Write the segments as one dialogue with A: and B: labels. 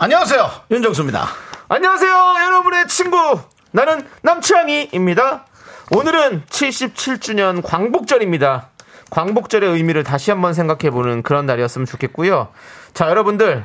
A: 안녕하세요. 윤정수입니다.
B: 안녕하세요, 여러분의 친구. 나는 남치앙이입니다. 오늘은 77주년 광복절입니다. 광복절의 의미를 다시 한번 생각해보는 그런 날이었으면 좋겠고요. 자, 여러분들.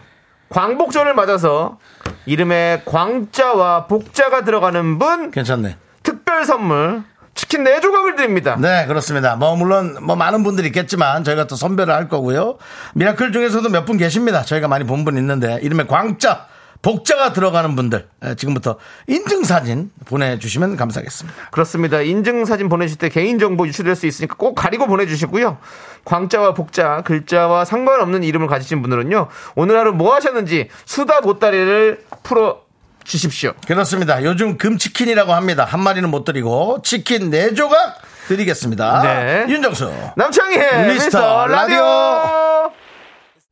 B: 광복절을 맞아서 이름에 광자와 복자가 들어가는 분
A: 괜찮네.
B: 특별 선물 치킨 4조각을 드립니다.
A: 네, 그렇습니다. 뭐, 물론, 뭐, 많은 분들이 있겠지만, 저희가 또 선별을 할 거고요. 미라클 중에서도 몇 분 계십니다. 저희가 많이 본 분 있는데, 이름에 광자, 복자가 들어가는 분들, 예, 지금부터 인증사진 보내주시면 감사하겠습니다.
B: 그렇습니다. 인증사진 보내실 때 개인정보 유출될 수 있으니까 꼭 가리고 보내주시고요. 광자와 복자, 글자와 상관없는 이름을 가지신 분들은요. 오늘 하루 뭐 하셨는지 수다 보따리를 풀어 주십시오.
A: 그렇습니다. 요즘 금치킨이라고 합니다. 한 마리는 못 드리고, 치킨 네조각 드리겠습니다.
B: 네.
A: 윤정수.
B: 남창희의
A: 미스터
B: 미스터 라디오!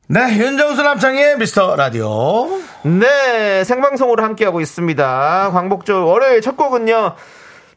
A: 네, 윤정수 남창의 미스터 라디오.
B: 네, 생방송으로 함께하고 있습니다. 광복절 월요일 첫 곡은요.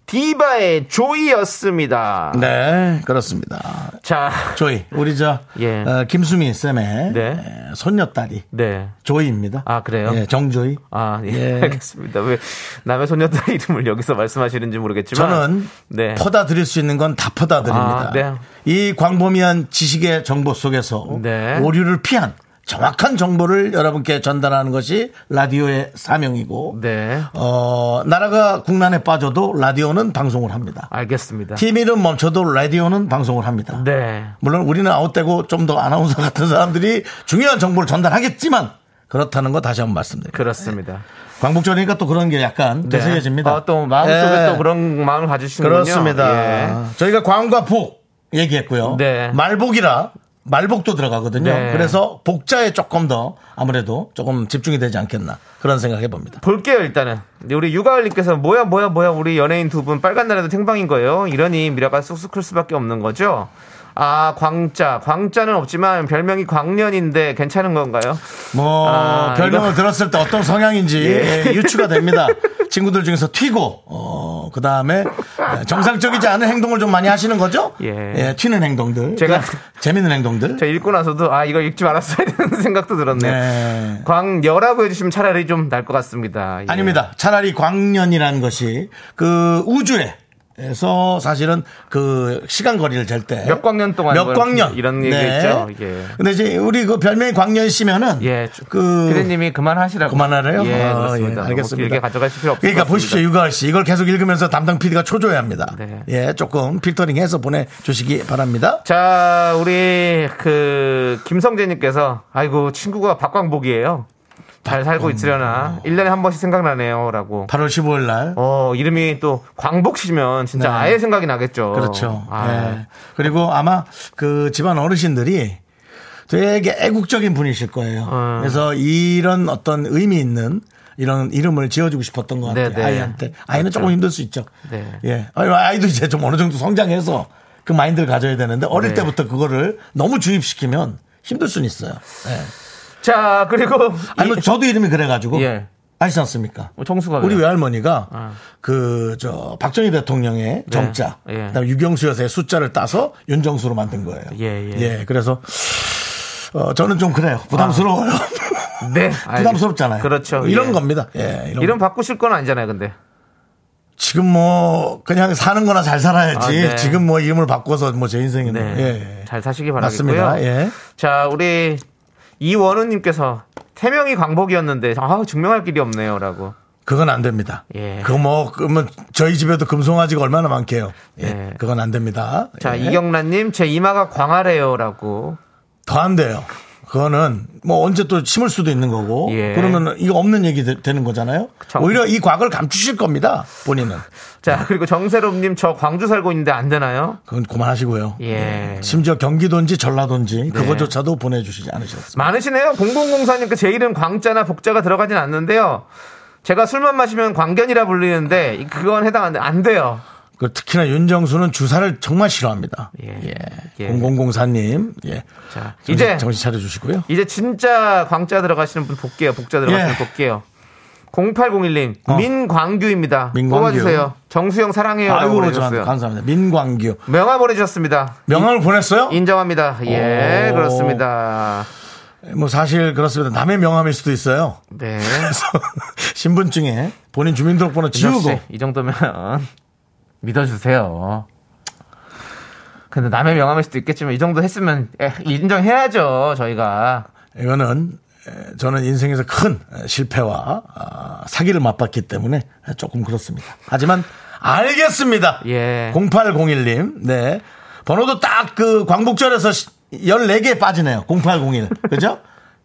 B: 디바의 조이였습니다.
A: 네, 그렇습니다.
B: 자,
A: 조이, 우리 저,
B: 예.
A: 어, 김수미 쌤의
B: 네.
A: 에, 손녀딸이
B: 네.
A: 조이입니다.
B: 아, 그래요?
A: 예, 정조이.
B: 아, 예,
A: 예.
B: 알겠습니다. 왜 남의 소녀딸 이름을 여기서 말씀하시는지 모르겠지만
A: 저는
B: 네.
A: 퍼다 드릴 수 있는 건 다 퍼다 드립니다.
B: 아, 네.
A: 이 광범위한 지식의 정보 속에서
B: 네.
A: 오류를 피한 정확한 정보를 여러분께 전달하는 것이 라디오의 사명이고,
B: 네.
A: 어, 나라가 국난에 빠져도 라디오는 방송을 합니다.
B: 알겠습니다.
A: TV는 멈춰도 라디오는 방송을 합니다.
B: 네.
A: 물론 우리는 아웃되고 좀 더 아나운서 같은 사람들이 중요한 정보를 전달하겠지만 그렇다는 거 다시 한번 말씀드립니다.
B: 그렇습니다.
A: 광복절이니까 또 그런 게 약간
B: 네.
A: 되새겨집니다.
B: 아, 또 마음속에
A: 예.
B: 또 그런 마음을 가지시는군요. 예.
A: 그렇습니다. 저희가 광과 복 얘기했고요.
B: 네.
A: 말복이라 말복도 들어가거든요.
B: 네.
A: 그래서 복자에 조금 더 아무래도 조금 집중이 되지 않겠나 그런 생각해 봅니다.
B: 볼게요 일단은 우리 유가을님께서 뭐야 뭐야 뭐야 우리 연예인 두 분 빨간 날에도 생방인 거예요 이러니 미라가 쑥쑥 클 수밖에 없는 거죠 아 광자 광자는 없지만 별명이 광년인데 괜찮은 건가요
A: 뭐
B: 아,
A: 별명을
B: 이거-
A: 들었을 때 어떤 성향인지 예, 유추가 됩니다. 친구들 중에서 튀고 어, 그 다음에 정상적이지 않은 행동을 좀 많이 하시는 거죠?
B: 예.
A: 튀는 행동들,
B: 제가-
A: 그냥 재밌는 행동들.
B: 제가 읽고 나서도 아 이거 읽지 말았어야 되는 생각도 들었네요
A: 네.
B: 광녀라고 해주시면 차라리 좀 날 것 같습니다 예.
A: 아닙니다. 차라리 광년이라는 것이 그 우주에 에서 사실은 그 시간 거리를 잴 때
B: 몇 광년 동안
A: 몇
B: 뭐
A: 광년 네.
B: 이런 얘기겠죠. 예.
A: 근데 이제 우리 그 별명이 광년 씨면은
B: 예,
A: 그
B: 피디님이 그만하시라고.
A: 그만하래요?
B: 예,
A: 아,
B: 그렇습니다.
A: 예,
B: 알겠습니다. 너무 길게 가져가실 필요 없을
A: 그러니까
B: 것 같습니다.
A: 보십시오, 유가을 씨. 이걸 계속 읽으면서 담당 PD가 초조해 합니다.
B: 네.
A: 예, 조금 필터링 해서 보내주시기 바랍니다.
B: 자, 우리 그 김성재님께서 아이고 친구가 박광복이에요. 잘 살고 있으려나 1년에 한 번씩 생각나네요라고.
A: 8월 15일 날.
B: 어 이름이 또 광복시면 진짜
A: 네.
B: 아예 생각이 나겠죠.
A: 그렇죠.
B: 어, 아,
A: 예. 그리고 아마 그 집안 어르신들이 되게 애국적인 분이실 거예요.
B: 어.
A: 그래서 이런 어떤 의미 있는 이런 이름을 지어주고 싶었던 것 같아요.
B: 네, 네.
A: 아이한테. 아이는 조금 힘들 수 있죠.
B: 네.
A: 예. 아니, 아이도 이제 좀 어느 정도 성장해서 그 마인드를 가져야 되는데 어릴
B: 네.
A: 때부터 그거를 너무 주입시키면 힘들 수는 있어요. 예.
B: 자 그리고
A: 아니 뭐 저도 이름이 그래가지고
B: 예.
A: 아시지 않습니까?
B: 어, 정수가
A: 우리
B: 왜요? 아.
A: 외할머니가 그 저 박정희 대통령의 정자,
B: 예.
A: 그다음 에 유경수 여사의 숫자를 따서 윤정수로 만든 거예요.
B: 예, 예.
A: 그래서 어, 저는 좀 그래요. 부담스러워요.
B: 네
A: 부담스럽잖아요.
B: 그렇죠.
A: 이런
B: 예.
A: 겁니다. 예, 이런
B: 이름
A: 거.
B: 바꾸실 건 아니잖아요, 근데.
A: 지금 뭐 그냥 사는 거나 잘 살아야지.
B: 아, 네.
A: 지금 뭐 이름을 바꿔서 뭐 제 인생이 뭐.
B: 네.
A: 예, 예.
B: 잘 사시기 바라겠고요.
A: 맞습니다. 예.
B: 자, 우리 이원우님께서 태명이 광복이었는데 아 증명할 길이 없네요라고.
A: 그건 안 됩니다.
B: 예.
A: 그거 뭐 그러면 저희 집에도 금송아지가 얼마나 많게요. 예.
B: 네.
A: 그건 안 됩니다.
B: 자
A: 예.
B: 이경란님 제 이마가 광활해요라고.
A: 더 안 돼요. 그거는 뭐 언제 또 심을 수도 있는 거고
B: 예.
A: 그러면 이거 없는 얘기 되, 는 거잖아요.
B: 그쵸.
A: 오히려 이 과거를 감추실 겁니다. 본인은
B: 자 그리고 정세롬님 저 광주 살고 있는데 안 되나요?
A: 그건 그만하시고요.
B: 예. 네.
A: 심지어 경기도인지 전라도인지 그거조차도 보내주시지 않으셨습니다.
B: 많으시네요. 0004님께 제 이름 광자나 복자가 들어가진 않는데요. 제가 술만 마시면 광견이라 불리는데 이- 그건 해당 안, 돼- 안 돼요.
A: 그 특히나 윤정수는 주사를 정말 싫어합니다.
B: 예.
A: 예.
B: 예.
A: 0004님. 예.
B: 자,
A: 정신,
B: 이제
A: 정신 차려 주시고요.
B: 이제 진짜 광자 들어가시는 분 볼게요. 복자 들어가시는
A: 예.
B: 분 볼게요. 0801님
A: 어.
B: 민광규입니다.
A: 민광규.
B: 뽑아주세요. 정수영 사랑해요라고
A: 아이고
B: 예, 보내주셨어요.
A: 저한테 감사합니다. 민광규.
B: 명함 보내주셨습니다.
A: 명함을 보냈어요?
B: 인정합니다. 예,
A: 오.
B: 그렇습니다.
A: 뭐 사실 그렇습니다. 남의 명함일 수도 있어요.
B: 네.
A: 그래서 신분증에 본인 주민등록번호
B: 민정 씨,
A: 지우고
B: 이 정도면 믿어주세요. 근데 남의 명함일 수도 있겠지만 이 정도 했으면 에, 인정해야죠 저희가.
A: 이거는 에, 저는 인생에서 큰 에, 실패와 아, 사기를 맛봤기 때문에 에, 조금 그렇습니다. 하지만 알겠습니다.
B: 예.
A: 0801님. 네. 번호도 딱 그 광복절에서 14개 빠지네요. 0801. 그죠?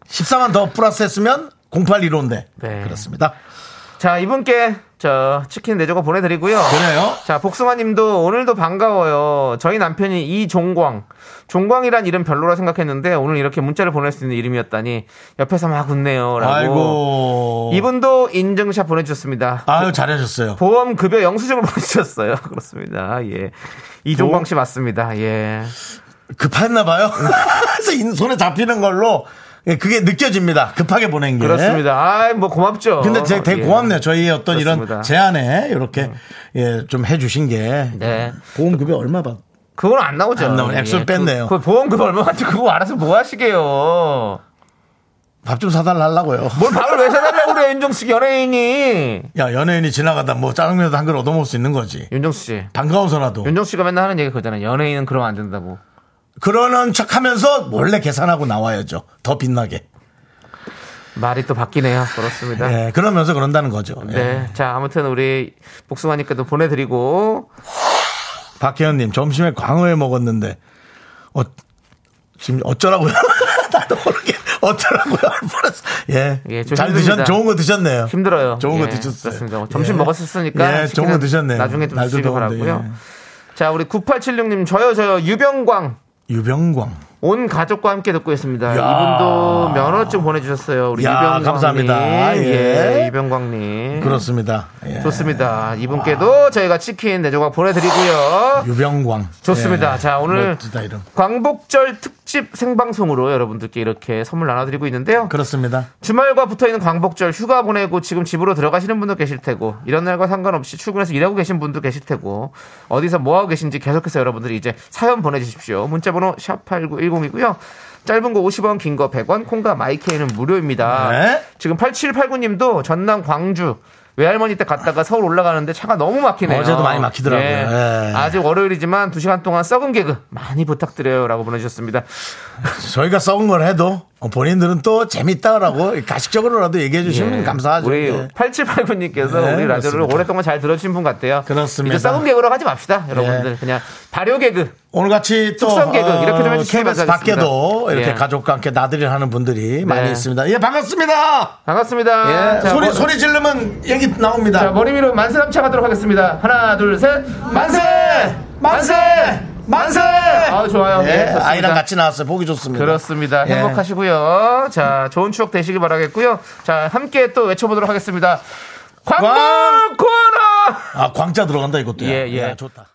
A: 14만 더 플러스 했으면 0815인데.
B: 네.
A: 그렇습니다.
B: 자 이분께 저 치킨 네 조각 보내드리고요.
A: 그래요?
B: 자, 복숭아님도 오늘도 반가워요. 저희 남편이 이종광. 종광이란 이름 별로라 생각했는데 오늘 이렇게 문자를 보낼 수 있는 이름이었다니 옆에서 막 웃네요. 라고.
A: 아이고.
B: 이분도 인증샷 보내주셨습니다.
A: 아유, 잘하셨어요.
B: 보험 급여 영수증을 보내주셨어요. 그렇습니다. 예. 이종광 씨 맞습니다. 예.
A: 급했나 봐요. 그래서 인- 손에 잡히는 걸로 예, 그게 느껴집니다. 급하게 보낸 게.
B: 그렇습니다. 아이, 뭐 고맙죠.
A: 예? 근데 제 되게
B: 예.
A: 고맙네요. 저희의 어떤
B: 그렇습니다.
A: 이런 제안에 이렇게 예, 좀 해주신 게
B: 네.
A: 보험급여 얼마 받?
B: 그건 안 나오죠.
A: 안 나오네. 액수를 뺐네요.
B: 그, 그 보험 급여 얼마 가지 그거 알아서 뭐 하시게요.
A: 밥 좀 사달라고요.
B: 뭘 밥을 왜 사달라고 그래요, 윤정수 연예인이.
A: 야 연예인이 지나가다 뭐 짜장면도 한 그릇 얻어먹을 수 있는 거지.
B: 윤정수 씨.
A: 반가워서라도
B: 윤정수 씨가 맨날 하는 얘기 그거잖아요. 연예인은 그러면 안 된다고.
A: 그러는 척하면서 원래 계산하고 나와야죠. 더 빛나게.
B: 말이 또 바뀌네요. 그렇습니다. 네.
A: 예, 그러면서 그런다는 거죠. 예.
B: 자, 아무튼 우리 복숭아님께도 보내드리고.
A: 박혜연님 점심에 광어회 먹었는데 어, 지금 어쩌라고요? 나도 모르게 어쩌라고요? 할 뻔했어. 예,
B: 예, 좀
A: 잘
B: 힘듭니다.
A: 드셨, 좋은 거 드셨네요.
B: 힘들어요.
A: 좋은 거
B: 예,
A: 드셨어요.
B: 그렇습니다.
A: 예.
B: 점심 먹었으니까.
A: 예, 좋은 거
B: 치킨은
A: 드셨네요.
B: 나중에 좀
A: 날도
B: 드시기
A: 더운데,
B: 바라고요. 자, 우리 9876님, 저요, 저요, 유병광.
A: 예. 유병광.
B: 온 가족과 함께 듣고 있습니다.
A: 야.
B: 이분도 면허증 보내주셨어요. 우리
A: 야,
B: 유병광님.
A: 감사합니다.
B: 예,
A: 예.
B: 유병광님.
A: 그렇습니다. 예.
B: 좋습니다. 이분께도 저희가 치킨 네 조각 보내드리고요.
A: 유병광. 예.
B: 좋습니다. 자, 오늘
A: 멋지다, 이름.
B: 광복절 특집 생방송으로 여러분들께 이렇게 선물 나눠드리고 있는데요.
A: 그렇습니다.
B: 주말과 붙어 있는 광복절 휴가 보내고 지금 집으로 들어가시는 분도 계실 테고 이런 날과 상관없이 출근해서 일하고 계신 분도 계실 테고 어디서 뭐 하고 계신지 계속해서 여러분들이 이제 사연 보내주십시오. 문자번호 샵 #8910이고요. 짧은 거 50원, 긴 거 100원, 콩과 마이케이는 무료입니다.
A: 네.
B: 지금 8789님도 전남 광주 외할머니 댁 갔다가 서울 올라가는데 차가 너무 막히네요.
A: 어제도 많이 막히더라고요. 예.
B: 아직 월요일이지만 2시간 동안 썩은 개그 많이 부탁드려요라고 보내주셨습니다.
A: 저희가 썩은 걸 해도 본인들은 또 재밌다라고 가식적으로라도 얘기해 주시면
B: 예.
A: 감사하죠.
B: 우리
A: 예.
B: 8789님께서
A: 네,
B: 우리 라디오를
A: 그렇습니다.
B: 오랫동안 잘 들어주신 분 같아요.
A: 그렇습니다.
B: 이제 썩은 개그로 하지 맙시다, 여러분들.
A: 예.
B: 그냥 발효 개그.
A: 오늘 같이 또
B: 특선 개그 이렇게 좀 해주시면
A: KBS
B: 감사하겠습니다.
A: 밖에도 이렇게
B: 예.
A: 가족과 함께 나들이 를 하는 분들이 많이
B: 네.
A: 있습니다. 예, 반갑습니다.
B: 반갑습니다. 자,
A: 예. 소리
B: 머-
A: 소리 지르면 얘기 나옵니다.
B: 자, 뭐- 머리 위로 만세 남차 가도록 하겠습니다. 하나, 둘, 셋. 만세!
A: 네. 만세! 만세!
B: 아, 좋아요.
A: 예,
B: 예, 좋습니다.
A: 아이랑 같이 나왔어요. 보기 좋습니다.
B: 그렇습니다.
A: 예.
B: 행복하시고요. 자, 좋은 추억 되시길 바라겠고요. 자, 함께 또 외쳐보도록 하겠습니다. 광고
A: 광-
B: 코너!
A: 아, 광자 들어간다 이것도.
B: 예, 예.
A: 좋다.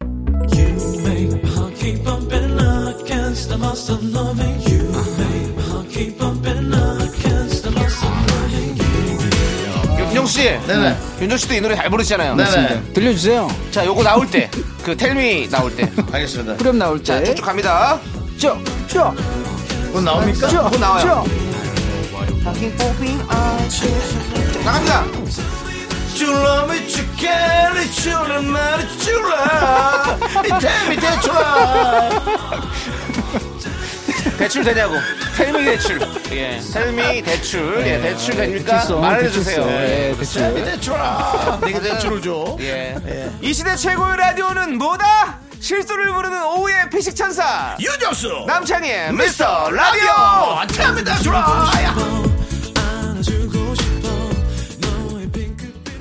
C: You make my heart keep bumping against the must of loving you. make my heart keep bumping against the must of loving you.
D: 윤정 씨,
A: 네네.
D: 윤정 씨도 이 노래 잘 부르시잖아요.
A: 네네.
E: 들려주세요.
D: 자, 요거 나올 때, 그 텔미 나올 때,
A: 알겠습니다.
E: 그럼 나올 때.
D: 쭉 갑니다.
E: 쭉, 쭉,
A: 그건 나옵니까?
E: 쭉,
D: 또 나와요.
E: 쭉.
D: 나갑니다.
A: You love me, you care, you love me, you love me. Tell me that you love me.
D: 대출 되냐고. 텔미 대출. 예. 텔미 대출. 예, 대출 됩니까?
E: 대출성,
D: 말해주세요.
E: 대출성.
D: 예.
E: 예, 대출.
A: That you love me. 내가 대출을 줘.
D: 예. 이 시대 최고의 라디오는 뭐다? 실수를 부르는 오후의 피식천사.
A: 유정수.
D: 남창희의 미스터 라디오!
A: Tell me that you love me.
C: 안아주고 싶어 너의 핑크빛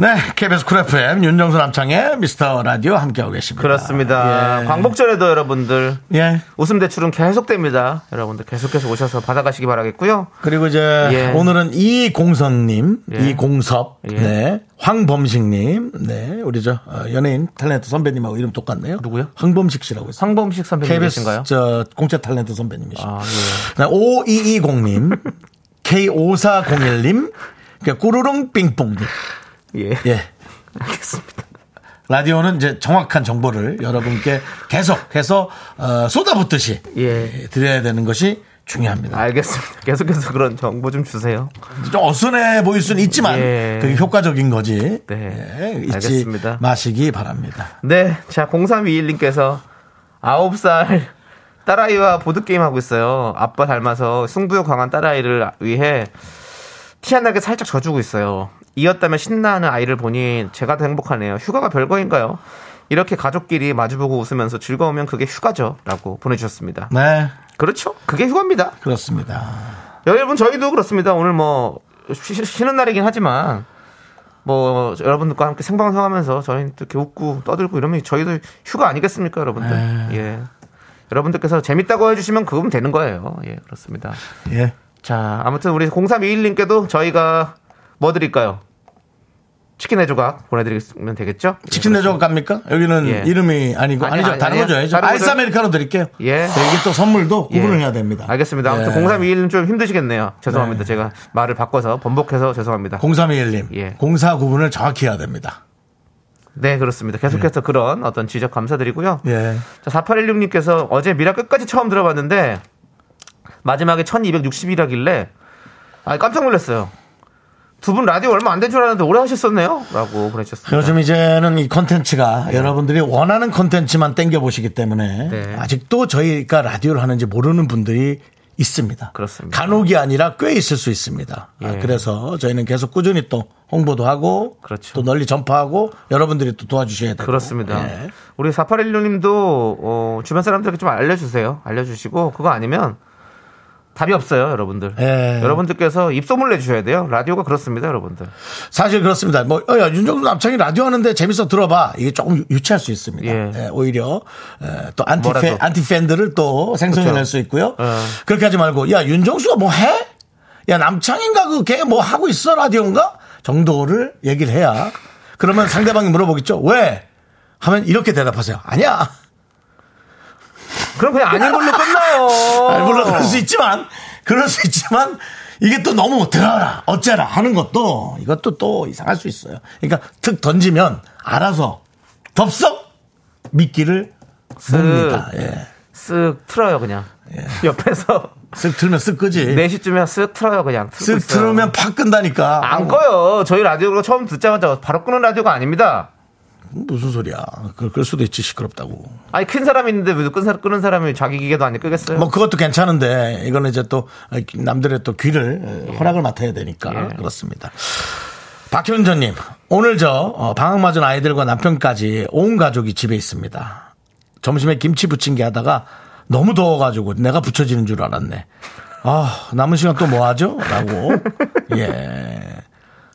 A: 네, KBS 쿨 FM 윤정수 남창의 미스터 라디오 함께하고 계십니다.
B: 그렇습니다.
A: 예.
B: 광복절에도 여러분들
A: 예.
B: 웃음 대출은 계속됩니다. 여러분들 계속해서 오셔서 받아가시기 바라겠고요.
A: 그리고 이제
B: 예.
A: 오늘은 이공선님,
B: 예.
A: 이공섭,
B: 예.
A: 네, 황범식님, 네, 우리 저 어, 연예인 탤런트 선배님하고 이름 똑같네요.
B: 누구요?
A: 황범식 씨라고 있어요.
B: 상범식 선배님이신가요?
A: KBS 저 공채 탤런트 선배님이시죠.
B: 아, 예.
A: 네, 5220님, K5401님, 그러니까 꾸르릉 빙뽕님.
B: 예.
A: 예. 알겠습니다. 라디오는 이제 정확한 정보를 여러분께 계속해서 어, 쏟아붓듯이
B: 예. 아.
A: 드려야 되는 것이 중요합니다.
B: 알겠습니다. 계속해서 그런 정보 좀 주세요.
A: 좀 어순해 보일 수는 있지만
B: 예.
A: 그게 효과적인 거지.
B: 네.
A: 예, 잊지
B: 알겠습니다.
A: 마시기 바랍니다.
B: 네. 자, 0321님께서 9살 딸아이와 보드게임 하고 있어요. 아빠 닮아서 승부욕 강한 딸아이를 위해 티안하게 살짝 져주고 있어요. 이었다면 신나하는 아이를 보니 제가 더 행복하네요. 휴가가 별거인가요? 이렇게 가족끼리 마주보고 웃으면서 즐거우면 그게 휴가죠. 라고 보내주셨습니다.
A: 네,
B: 그렇죠. 그게 휴가입니다.
A: 그렇습니다.
B: 여러분 저희도 그렇습니다. 오늘 뭐 쉬, 쉬는 날이긴 하지만 뭐 여러분들과 함께 생방송하면서 저희는 또 이렇게 웃고 떠들고 이러면 저희도 휴가 아니겠습니까, 여러분들?
A: 네.
B: 예. 여러분들께서 재밌다고 해주시면 그거면 되는 거예요. 예, 그렇습니다.
A: 예,
B: 자, 아무튼 우리 0321님께도 저희가 뭐 드릴까요? 치킨 네 조각 보내드리면 되겠죠?
A: 치킨 내조각 갑니까? 여기는
B: 예.
A: 이름이 아니고
B: 아니,
A: 아니, 죠
B: 아니,
A: 다른
B: 아니요.
A: 거죠. 죠
B: 다른
A: 아이스
B: 거죠.
A: 아메리카노 드릴게요. 네,
B: 예.
A: 이게 또 선물도
B: 예.
A: 구분을 해야 됩니다. 예.
B: 알겠습니다. 아무튼 0321님 좀 힘드시겠네요. 죄송합니다.
A: 네.
B: 제가 말을 바꿔서 번복해서 죄송합니다.
A: 0321님,
B: 예.
A: 공사 구분을 정확히 해야 됩니다.
B: 네, 그렇습니다. 계속해서 그런 어떤 지적 감사드리고요.
A: 예.
B: 자, 4816님께서 어제 미라 끝까지 처음 들어봤는데 마지막에 1260이라길래 아, 깜짝 놀랐어요. 두 분 라디오 얼마 안 된 줄 알았는데 오래 하셨었네요. 라고 보내셨습니다.
A: 요즘 이제는 이 컨텐츠가 여러분들이 원하는 컨텐츠만 땡겨보시기 때문에
B: 네.
A: 아직도 저희가 라디오를 하는지 모르는 분들이 있습니다.
B: 그렇습니다.
A: 간혹이 아니라 꽤 있을 수 있습니다. 아,
B: 예.
A: 그래서 저희는 계속 꾸준히 또 홍보도 하고
B: 그렇죠.
A: 또 널리 전파하고 여러분들이 또 도와주셔야 되고
B: 그렇습니다.
A: 예.
B: 우리 4816님도 어, 주변 사람들에게 좀 알려주세요. 알려주시고 그거 아니면 답이 없어요, 여러분들.
A: 예.
B: 여러분들께서 입소문 내주셔야 돼요. 라디오가 그렇습니다, 여러분들.
A: 사실 그렇습니다. 뭐, 어, 야, 윤정수 남창이 라디오 하는데 재밌어 들어봐. 이게 조금 유- 유치할 수 있습니다.
B: 예.
A: 예, 오히려, 에, 또 안티,
B: 뭐라도.
A: 팬, 안티 팬들을 또 생성해낼 수 있고요.
B: 예.
A: 그렇게 하지 말고, 야, 윤정수가 뭐 해? 야, 남창인가? 그 걔 뭐 하고 있어? 라디오인가? 정도를 얘기를 해야. 그러면 상대방이 물어보겠죠. 왜? 하면 이렇게 대답하세요. 아니야.
B: 그럼 그냥 아닌 걸로 끝나요.
A: 아니, 물론 그럴 수 있지만, 그럴 수 있지만, 이게 또 너무 들어라, 어째라 하는 것도, 이것도 또 이상할 수 있어요. 그러니까 툭 던지면 알아서 덥석 믿기를 씁니다. 예.
B: 쓱 틀어요 그냥 옆에서
A: 쓱 틀면 쓱 끄지.
B: 4시쯤에 쓱 틀어요 그냥 틀고
A: 쓱
B: 있어요.
A: 틀으면 팍 끈다니까.
B: 안 꺼요 저희 라디오로 처음 듣자마자 바로 끄는 라디오가 아닙니다
A: 무슨 소리야. 그- 그럴 수도 있지, 시끄럽다고.
B: 아니 큰 사람이 있는데 왜 끈, 사람- 끄는 사람이 자기 기계도 안 끄겠어요
A: 뭐 그것도 괜찮은데, 이거는 이제 또 남들의 또 귀를 허락을 맡아야 되니까.
B: 예.
A: 그렇습니다. 박현전님, 오늘 저 어, 방학 맞은 아이들과 남편까지 온 가족이 집에 있습니다. 점심에 김치 부침개 하다가 너무 더워가지고 내가 부쳐지는 줄 알았네. 아 남은 시간 또 뭐 하죠? 라고 예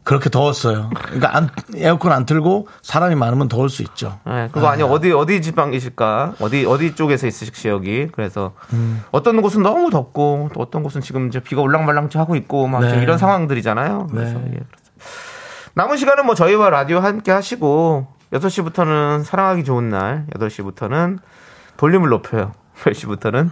A: 그렇게 더웠어요. 그러니까 안- 에어컨 안 틀고 사람이 많으면 더울 수 있죠.
B: 예, 그거 아니 어디 어디 지방이실까 어디 어디 쪽에서 있으실 지역이 그래서
A: 음.
B: 어떤 곳은 너무 덥고 또 어떤 곳은 지금 이제 비가 올랑말랑 하고 있고 막
A: 네.
B: 지금 이런 상황들이잖아요 그래서
A: 네.
B: 예, 그렇습니다. 남은 시간은 뭐 저희와 라디오 함께 하시고 6시부터는 사랑하기 좋은 날 8시부터는 볼륨을 높여요 10시부터는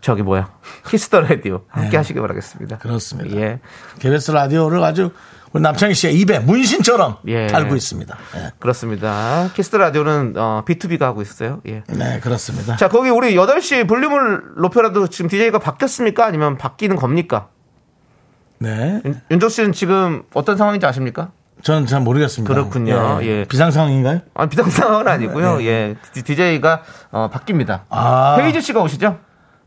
B: 저기 뭐야 키스터 라디오 함께 하시기 바라겠습니다
A: 네. 그렇습니다.
B: 예.
A: KBS 라디오를 아주 우리 남창희 씨의 입에 문신처럼
B: 예.
A: 달고 있습니다. 예.
B: 그렇습니다. 키스터 라디오는 어, B2B가 하고 있어요. 예.
A: 네 그렇습니다.
B: 자, 거기 우리 8시 볼륨을 높여라도 지금 DJ가 바뀌었습니까? 아니면 바뀌는 겁니까?
A: 네
B: 윤- 윤종 씨는 지금 어떤 상황인지 아십니까?
A: 저는 잘 모르겠습니다.
B: 그렇군요. 예.
A: 비상 상황인가요?
B: 아, 비상 상황은 아니고요. 예. DJ가 어, 바뀝니다.
A: 네. 아.
B: 헤이즈 씨가 오시죠?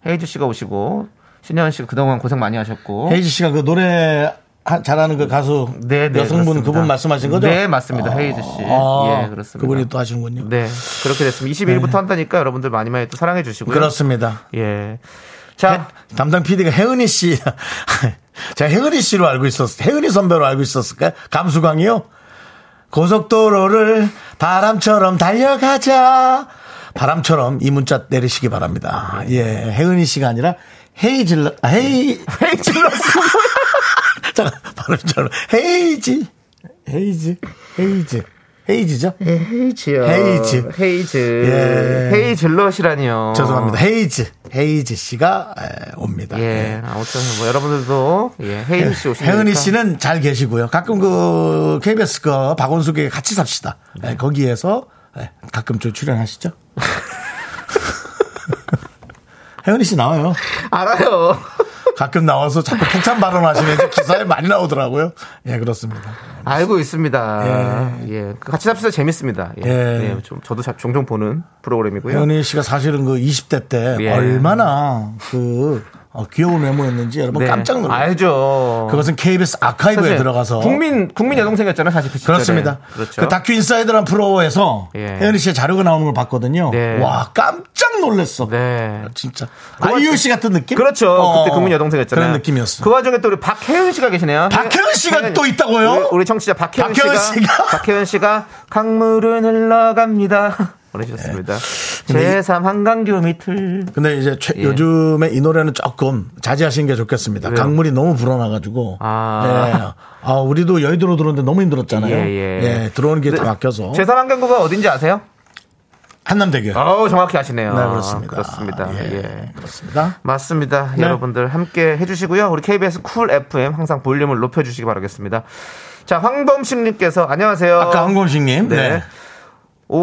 B: 헤이즈 씨가 오시고 신현 씨가 그동안 고생 많이 하셨고
A: 헤이지 씨가 그 노래 하- 잘하는 그 가수
B: 어? 네, 네,
A: 여성분
B: 그렇습니다.
A: 그분 말씀하신 거죠?
B: 네, 맞습니다. 헤이즈 씨. 예, 그렇습니다.
A: 분이또 하시는군요.
B: 네. 그렇게 됐습니다. 21일부터
A: 네.
B: 한다니까 여러분들 많이 많이 또 사랑해 주시고요.
A: 그렇습니다.
B: 예.
A: 해-
B: 자,
A: 담당 PD가 혜은이 씨 제가 혜은이 씨로 알고 있었어. 혜은이 선배로 알고 있었을까요? 감수광이요? 고속도로를 바람처럼 달려가자. 바람처럼 이 문자 내리시기 바랍니다. 예. 혜은이 씨가 아니라 헤이질러, 아, 헤이, 헤이질러스. 잠깐, 바람처럼. 헤이지. 헤이지. 헤이지. 헤이지죠?
B: 헤이즈요.
A: 헤이즈.
B: 헤이즈.
A: 예.
B: 헤이즐럿이라니요.
A: 죄송합니다. 헤이즈. 헤이즈 씨가 에, 옵니다.
B: 예, 아무튼 뭐 여러분들도 예, 헤이즈 씨 오시면
A: 혜은이 씨는 잘 계시고요. 가끔 그 KBS 거 박원숙에 같이 삽시다. 네, 거기에서 네, 가끔 좀 출연하시죠. 혜은이 씨 나와요.
B: 알아요.
A: 가끔 나와서 자꾸 폭탄 발언하시는지 기사에 많이 나오더라고요. 예, 그렇습니다.
B: 알고 있습니다. 예. 같이 삽시다 재밌습니다. 예.
A: 예.
B: 예, 좀 저도 자- 종종 보는 프로그램이고요.
A: 혜은이 씨가 사실은 그 20대 때
B: 예.
A: 얼마나 그 어, 귀여운 외모였는지 여러분
B: 네.
A: 깜짝 놀랐어요.
B: 알죠.
A: 그것은 KBS 아카이브에
B: 사실
A: 들어가서 예.
B: 국민 국민 여동생이었잖아요, 사실 그 시절에.
A: 그렇습니다.
B: 그렇죠.
A: 그 다큐 인사이드란 프로에서
B: 예.
A: 혜은이 씨의 자료가 나오는 걸 봤거든요.
B: 네.
A: 와 깜짝 놀랐어. 아,
B: 네.
A: 진짜 아이유 씨 같은 느낌?
B: 그렇죠.
A: 어,
B: 그때 국민 여동생이었잖아요.
A: 그런 느낌이었어.
B: 그 와중에 또 우리 박혜은 씨가 계시네요.
A: 박혜은 씨가
B: 혜은-
A: 또 있다고요?
B: 우리, 우리 청취자 박혜은,
A: 박혜은
B: 씨가,
A: 씨가?
B: 박혜은 씨가 강물은 흘러갑니다. 보내주셨습니다.
A: 예. 근데
B: 제3 한강교 밑을
A: 근데 이제 최-
B: 예.
A: 요즘에 이 노래는 조금 자제하시는 게 좋겠습니다.
B: 왜요?
A: 강물이 너무 불어나가지고.
B: 아.
A: 예. 아, 우리도 여의도로 들어오는데 너무 힘들었잖아요.
B: 예, 예.
A: 들어오는 길에 다 막혀서.
B: 제3 한강교가 어딘지 아세요?
A: 한남대교.
B: 어우 정확히 아시네요.
A: 네, 그렇습니다.
B: 그렇습니다.
A: 예.
B: 예.
A: 그렇습니다.
B: 맞습니다.
A: 네.
B: 여러분들 함께 해주시고요. 우리 KBS 쿨 FM 항상 볼륨을 높여주시기 바라겠습니다. 자, 황범식님께서 안녕하세요.
A: 아까 황공식님. 네.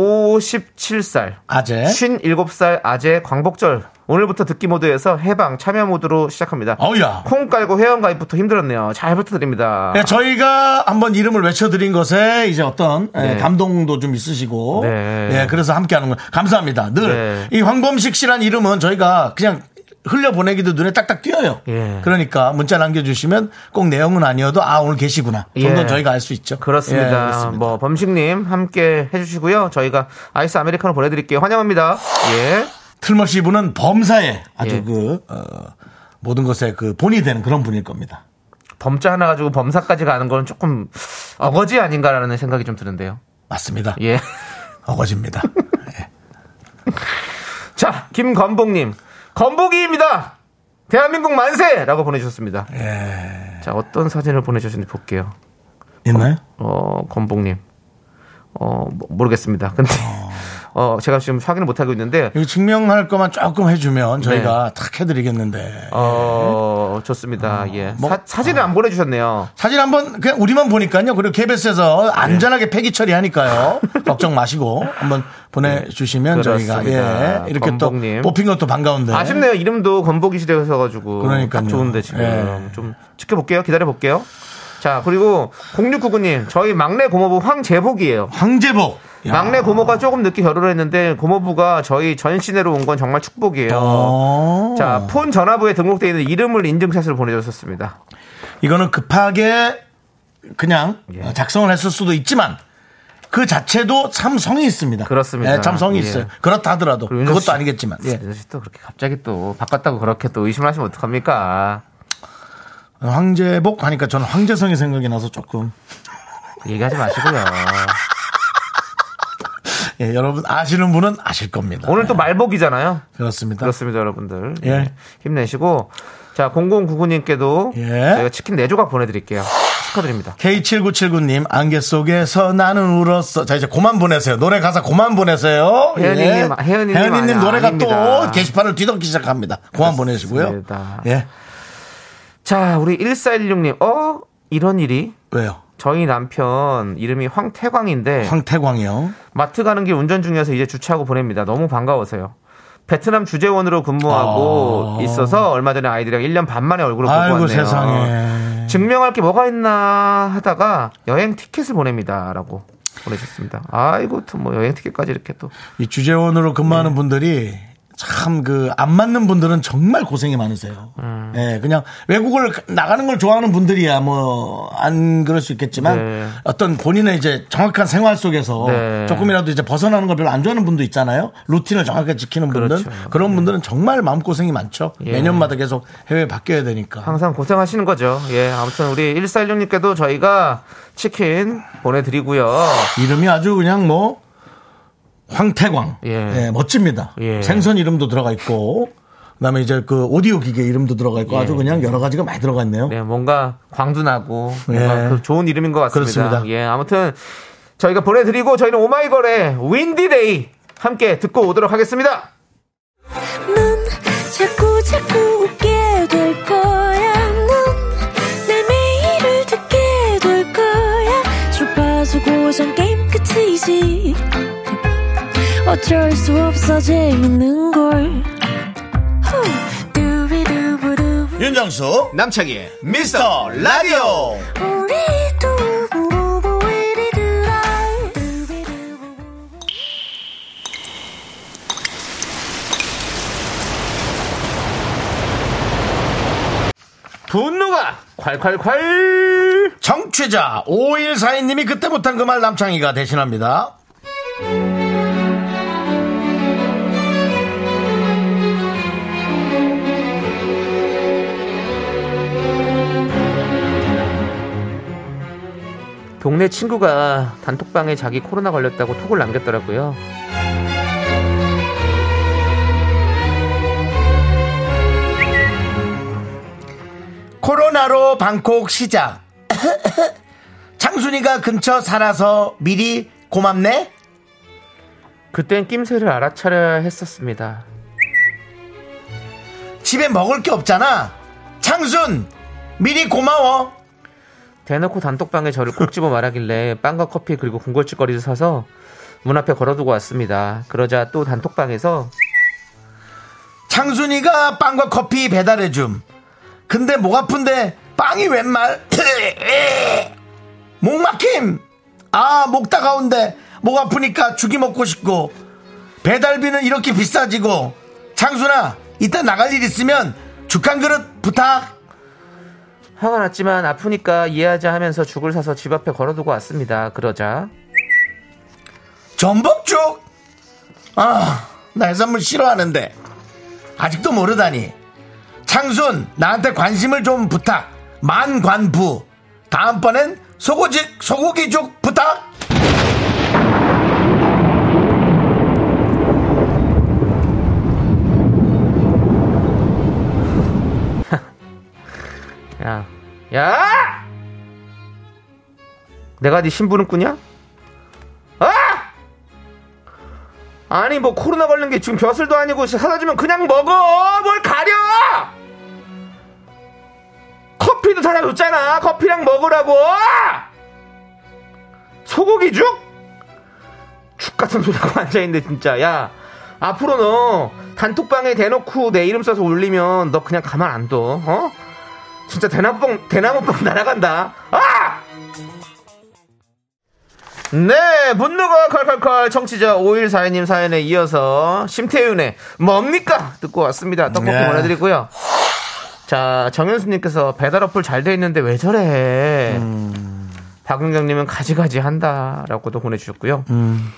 B: 57살,
A: 아재.
B: 57살 아재 광복절. 오늘부터 듣기 모드에서 해방 참여 모드로 시작합니다.
A: 어우야.
B: 콩 깔고 회원가입부터 힘들었네요. 잘 부탁드립니다.
A: 네, 저희가 한번 이름을 외쳐드린 것에 이제 어떤 예,
B: 네.
A: 감동도 좀 있으시고
B: 네.
A: 예, 그래서 함께하는 거 감사합니다. 늘
B: 네.
A: 이 황범식 씨란 이름은 저희가 그냥 흘려보내기도 눈에 딱딱 띄어요.
B: 예.
A: 그러니까 문자 남겨주시면 꼭 내용은 아니어도 아 오늘 계시구나 정도
B: 예.
A: 는 저희가 알 수 있죠.
B: 그렇습니다.
A: 예, 그렇습니다.
B: 뭐 범식님 함께 해주시고요. 저희가 아이스 아메리카노 보내드릴게요. 환영합니다. 예.
A: 틀머시 이분은 범사에 아주
B: 예.
A: 그 어, 모든 것에 그 본이 되는 그런 분일 겁니다.
B: 범자 하나 가지고 범사까지 가는 건 조금 어거지 아닌가라는 생각이 좀 드는데요.
A: 맞습니다.
B: 예.
A: 어거집니다.
B: 자, 김건복님. 건복이입니다! 대한민국 만세! 라고 보내주셨습니다. 자, 어떤 사진을 보내주셨는지 볼게요.
A: 있나요?
B: 어, 건복님. 어, 모- 모르겠습니다. 근데, 어, 제가 지금 확인을 못하고 있는데,
A: 이거 증명할 것만 조금 해주면 저희가
B: 네.
A: 탁 해드리겠는데
B: 어, 좋습니다. 예.
A: 뭐-
B: 사, 사진을 안 보내주셨네요.
A: 사진 한번 그냥 우리만 보니까요. 그리고 KBS에서 안전하게 폐기 처리하니까요. 걱정 마시고 한번 보내주시면 저희가
B: 네, 그렇습니다.
A: 예, 이렇게
B: 범복님.
A: 또 뽑힌 것도 반가운데.
B: 아쉽네요. 이름도 건복이시대여서 가지고
A: 그러니까요.
B: 딱 좋은데 지금
A: 예.
B: 좀 지켜볼게요. 기다려볼게요. 자 그리고 0699님 저희 막내 고모부 황재복이에요.
A: 황제복. 야.
B: 막내 고모가 조금 늦게 결혼을 했는데 고모부가 저희 전시내로 온 건 정말 축복이에요.
A: 어.
B: 자 폰 전화부에 등록되어 있는 이름을 인증샷을 보내줬었습니다.
A: 이거는 급하게 그냥
B: 예.
A: 작성을 했을 수도 있지만 그 자체도 참 성이 있습니다.
B: 그렇습니다.
A: 예, 참 성이
B: 예.
A: 있어요. 그렇다 하더라도
B: 그리고 윤정
A: 그것도
B: 씨-
A: 아니겠지만. 예.
B: 윤정 씨또 그렇게 갑자기 또 바꿨다고 그렇게 또 의심하시면 어떡합니까?
A: 황제복 하니까 저는 황제성이 생각이 나서 조금
B: 얘기하지 마시고요.
A: 예, 여러분 아시는 분은 아실 겁니다. 예,
B: 오늘 또 말복이잖아요.
A: 그렇습니다.
B: 그렇습니다, 여러분들.
A: 예.
B: 예. 힘내시고. 자, 0099님께도
A: 예.
B: 저희가 치킨 4조각 보내드릴게요. 축하드립니다.
A: K7979님 안개 속에서 나는 울었어. 자 이제 고만 보내세요. 노래 가사 고만 보내세요.
B: 혜연이님,
A: 예.
B: 혜연이님
A: 혜연이님
B: 아니,
A: 노래가
B: 아닙니다. 네.
A: 또 게시판을 뒤덮기 시작합니다. 고만 보내시고요.
B: 그렇습니다.
A: 예
B: 자, 우리 1416님. 어? 이런 일이?
A: 왜요?
B: 저희 남편 이름이 황태광인데
A: 황태광이요.
B: 마트 가는 길 운전 중이어서 이제 주차하고 보냅니다. 너무 반가워서요. 베트남 주재원으로 근무하고
A: 아.
B: 있어서 얼마 전에 아이들이랑 1년 반 만에 얼굴을 보고
A: 아이고
B: 왔네요.
A: 세상에.
B: 증명할 게 뭐가 있나 하다가 여행 티켓을 보냅니다라고 보내셨습니다. 아이고 또 뭐 여행 티켓까지 이렇게 또
A: 이 주재원으로 근무하는 분들이 참 그 안 맞는 분들은 정말 고생이 많으세요.
B: 음.
A: 예, 그냥 외국을 나가는 걸 좋아하는 분들이야 뭐 안 그럴 수 있겠지만
B: 네.
A: 어떤 본인의 이제 정확한 생활 속에서
B: 네.
A: 조금이라도 이제 벗어나는 걸 별로 안 좋아하는 분도 있잖아요. 루틴을 정확하게 지키는 분들
B: 그렇죠.
A: 그런 분들은 정말 마음 고생이 많죠.
B: 예.
A: 매년마다 계속 해외 바뀌어야 되니까.
B: 항상 고생하시는 거죠. 예, 아무튼 우리 1416님께도 저희가 치킨 보내드리고요.
A: 이름이 아주 그냥 뭐 황태광
B: 예.
A: 예, 멋집니다.
B: 예.
A: 생선 이름도 들어가 있고 그다음에 이제 그 오디오 기계 이름도 들어가 있고 아주 그냥 여러 가지가 많이 들어가 있네요.
B: 예. 네, 뭔가 광도 나고 뭔가
A: 예.
B: 그 좋은 이름인 것 같습니다.
A: 그렇습니다.
B: 예, 아무튼 저희가 보내드리고 저희는 오마이걸의 윈디데이 함께 듣고 오도록 하겠습니다.
E: 넌 자꾸 자꾸 웃게 될 거야. 넌내 매일을 듣게 될 거야. 주파수 고정 게임 끝이지. 어쩔 수 없어 재밌는 걸. 후. 두비두부두.
A: 윤정수
D: 남창희의
A: 미스터 라디오
E: 우리 두부부부 우리 두라. 두비두부부.
B: 분노가 콸콸콸!
A: 정취자 5142님이 그때 못한 그 말 남창희가 대신합니다.
B: 동네 친구가 단톡방에 자기 코로나 걸렸다고 톡을 남겼더라고요.
A: 코로나로 방콕 시작. 창순이가 근처 살아서 미리 고맙네.
B: 그땐 낌새를 알아차려야 했었습니다.
A: 집에 먹을 게 없잖아. 창순 미리 고마워.
B: 대놓고 단톡방에 저를 콕 집어 말하길래 빵과 커피 그리고 군것질거리를 사서 문 앞에 걸어두고 왔습니다. 그러자 또 단톡방에서
A: 창순이가 빵과 커피 배달해 줌. 근데 목 아픈데 빵이 웬 말? 목 막힘. 아, 목 따가운데 목 아프니까 죽이 먹고 싶고 배달비는 이렇게 비싸지고 창순아, 이따 나갈 일 있으면 죽 한 그릇 부탁.
B: 화가 났지만 아프니까 이해하자 하면서 죽을 사서 집 앞에 걸어두고 왔습니다. 그러자
A: 전복죽. 아, 나 해산물 싫어하는데 아직도 모르다니. 창순, 나한테 관심을 좀 부탁. 만관부. 다음번엔 소고직 소고기죽 부탁.
B: 야, 야! 내가 네 심부름꾼이야? 아! 아니 뭐 코로나 걸린 게 지금 벼슬도 아니고 사다 주면 그냥 먹어. 뭘 가려? 커피도 사다 줬잖아. 커피랑 먹으라고. 소고기 죽? 죽 같은 소리하고 앉아있네 진짜. 야, 앞으로 너 단톡방에 대놓고 내 이름 써서 올리면 너 그냥 가만 안 둬. 어? 진짜 대나무빵 대나무빵 날아간다. 아! 네, 분노가 컬컬컬 청취자 5142님 사연에 이어서 심태윤의 뭡니까 듣고 왔습니다. 떡볶이
A: 네.
B: 보내드리고요. 자, 정현수님께서 배달 어플 잘 돼 있는데 왜 저래? 박은경님은 가지가지 한다라고도 보내주셨고요.
A: 음.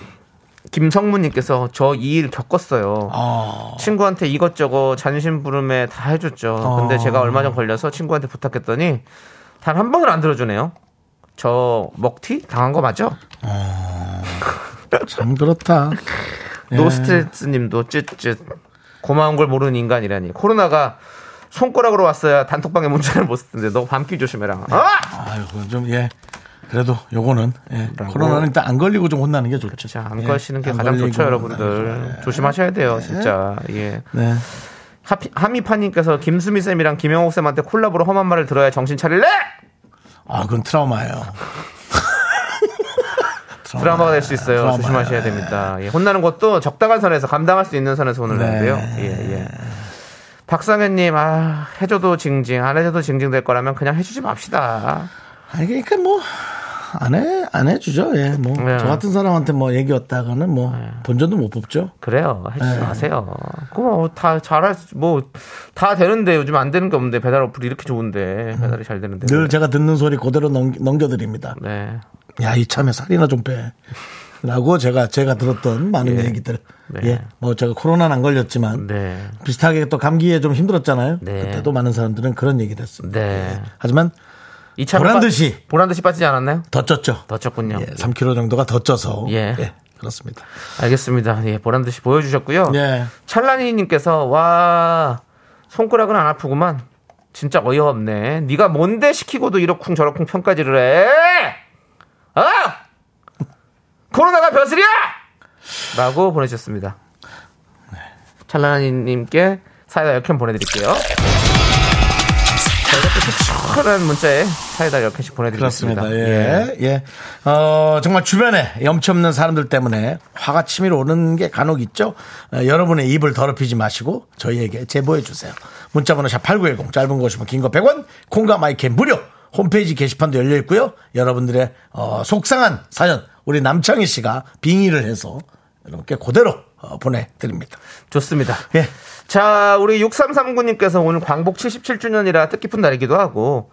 B: 김성문님께서 저 이 일 겪었어요.
A: 아.
B: 아, 친구한테 이것저것 잔심부름에 다 해줬죠.
A: 아.
B: 근데 제가 얼마 전 걸려서 친구한테 부탁했더니 단 한 번을 안 들어주네요. 저 먹튀 당한 거 맞죠?
A: 참 그렇다. 예.
B: 노스트레스님도 쯧쯧 고마운 걸 모르는 인간이라니 코로나가 손가락으로 왔어야 단톡방에 문자를 못 쓰는데 너 밤길 조심해라. 아!
A: 아이고 좀 예. 그래도 요거는 예.
B: 라고.
A: 코로나는 일단 안 걸리고 좀 혼나는 게 좋죠.
B: 자, 안
A: 예,
B: 거시는 게
A: 안
B: 가장
A: 걸리고 예.
B: 좋죠,
A: 혼나는 게
B: 여러분들.
A: 좋아요.
B: 조심하셔야 돼요, 진짜. 예.
A: 네.
B: 하피, 하미파님께서 김수미 쌤이랑 김영호 쌤한테 콜라보로 험한 말을 들어야 정신 차릴래?
A: 아, 그건 트라우마예요. 트라우마.
B: 드라마가 될 수 있어요.
A: 트라우마예요.
B: 조심하셔야 됩니다. 예, 혼나는 것도 적당한 선에서 감당할 수 있는 선에서 혼을
A: 네.
B: 내는데요. 예, 예. 박상현님, 아, 해줘도 징징, 안 해줘도 징징 될 거라면 그냥 해주지 맙시다.
A: 아니 그러니까 뭐 안 해, 안 해주죠. 예, 뭐.
B: 네.
A: 저 같은 사람한테 뭐 얘기 왔다가는 뭐, 본전도 못 뽑죠.
B: 그래요.
A: 네.
B: 하지 마세요. 그뭐다 잘할 뭐 다 되는데 요즘 안 되는 게 없는데 배달 어플이 이렇게 좋은데 배달이 잘 되는데.
A: 음. 늘 제가 듣는 소리 그대로 넘- 넘겨드립니다.
B: 네.
A: 야, 이참에 살이나 좀 빼. 라고 제가, 제가 들었던 많은 얘기들.
B: 네.
A: 예. 뭐 제가 코로나는 안 걸렸지만.
B: 네.
A: 비슷하게 또 감기에 좀 힘들었잖아요.
B: 네.
A: 그때도 많은 사람들은 그런 얘기를 했습니다.
B: 네.
A: 예. 하지만
B: 이참에
A: 보란
B: 빠-
A: 듯이.
B: 보란 듯이 빠지지 않았나요?
A: 더 쪘죠.
B: 더 쪘군요.
A: 예, 3kg 정도가 더 쪄서.
B: 예.
A: 그렇습니다.
B: 알겠습니다. 예, 보란 듯이 보여주셨고요.
A: 예.
B: 찰란이님께서 와 손가락은 안 아프구만. 진짜 어이없네. 네가 뭔데 시키고도 이러쿵 저러쿵 평가지를 해. 어? 코로나가 벼슬이야! 라고 보내주셨습니다.
A: 네.
B: 찰란이님께 사이다 열캔 보내드릴게요. 자, 이렇게 시원한 문자에 사이다 열캔씩 보내드리겠습니다.
A: 그렇습니다. 예. 예. 어, 정말 주변에 염치 없는 사람들 때문에 화가 치밀어 오는 게 간혹 있죠. 어, 여러분의 입을 더럽히지 마시고 저희에게 제보해 주세요. 문자번호 샵8910 짧은 거 50원, 긴거 100원, 콩과 마이크 무료. 홈페이지 게시판도 열려 있고요. 여러분들의 어, 속상한 사연 우리 남창희 씨가 빙의를 해서 이렇게 그대로 어, 보내드립니다.
B: 좋습니다.
A: 예.
B: 자, 우리 6339님께서 오늘 광복 77주년이라 뜻깊은 날이기도 하고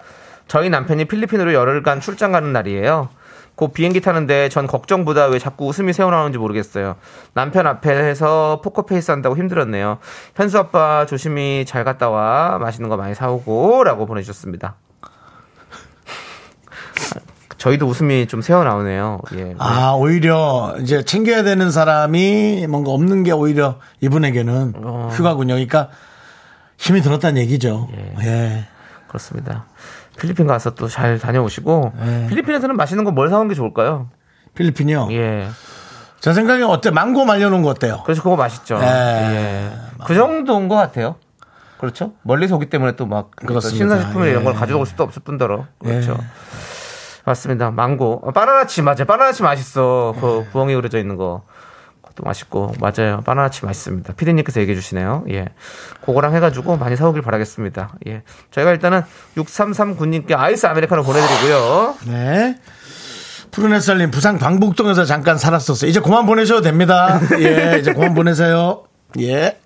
B: 저희 남편이 필리핀으로 열흘간 출장 가는 날이에요. 곧 비행기 타는데 전 걱정보다 왜 자꾸 웃음이 새어나오는지 모르겠어요. 남편 앞에서 포커페이스 한다고 힘들었네요. 현수 아빠 조심히 잘 갔다 와. 맛있는 거 많이 사오고. 라고 보내주셨습니다. 저희도 웃음이 좀 새어나오네요. 예.
A: 아, 오히려 이제 챙겨야 되는 사람이 뭔가 없는 게 오히려 이분에게는
B: 어.
A: 휴가군요. 그러니까 힘이 들었다는 얘기죠. 예.
B: 그렇습니다. 필리핀 가서 또 잘 다녀오시고
A: 예.
B: 필리핀에서는 맛있는 거 뭘 사온 게 좋을까요?
A: 필리핀이요.
B: 예.
A: 제 생각에 어때? 망고 말려놓은 거 어때요?
B: 그래서 그거 맛있죠.
A: 예.
B: 예. 그 정도인 것 같아요. 그렇죠? 멀리서 오기 때문에 또 막
A: 그렇습니다.
B: 신선식품
A: 예.
B: 이런 걸 가져올 수도 없을 뿐더러 그렇죠.
A: 예.
B: 맞습니다. 망고, 어, 바나나치 맞아요. 바나나치 맛있어. 그
A: 예.
B: 부엉이 그려져 있는 거. 그것도 맛있고 맞아요. 바나나치 맛있습니다. 피디님께서 얘기해 주시네요. 예, 그거랑 해가지고 많이 사오길 바라겠습니다. 예, 저희가 일단은 6339님께 아이스 아메리카노 보내드리고요.
A: 네. 푸른 햇살님, 부산 광복동에서 잠깐 살았었어요. 이제 그만 보내셔도 됩니다. 예, 이제 그만 보내세요. 예.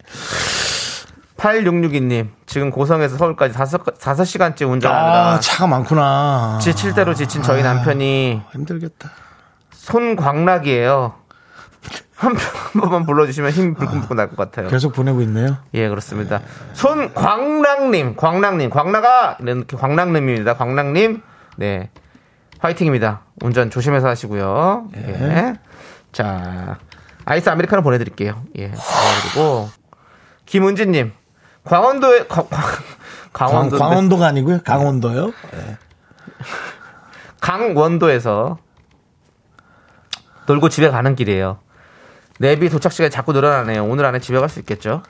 B: 8662님, 지금 고성에서 서울까지 5, 시간째 운전합니다.
A: 아, 차가 많구나. 아,
B: 지칠 대로 지친 저희 남편이
A: 힘들겠다.
B: 손광락이에요. 한 번만 불러주시면 힘 불끈불끈 날 것 같아요.
A: 계속 보내고 있네요.
B: 예, 그렇습니다. 손광락님, 광락님, 광락아! 이렇게 광락님입니다. 광락님. 네. 화이팅입니다. 운전 조심해서 하시고요. 예. 자, 아이스 아메리카노 보내드릴게요. 예. 그리고, 김은지님, 광원도에, 과- 과-
A: 광,
B: 광원도,
A: 광원도가 아니고요. 강원도요.
B: 강원도에서 놀고 집에 가는 길이에요. 내비 도착 시간이 자꾸 늘어나네요. 오늘 안에 집에 갈 수 있겠죠?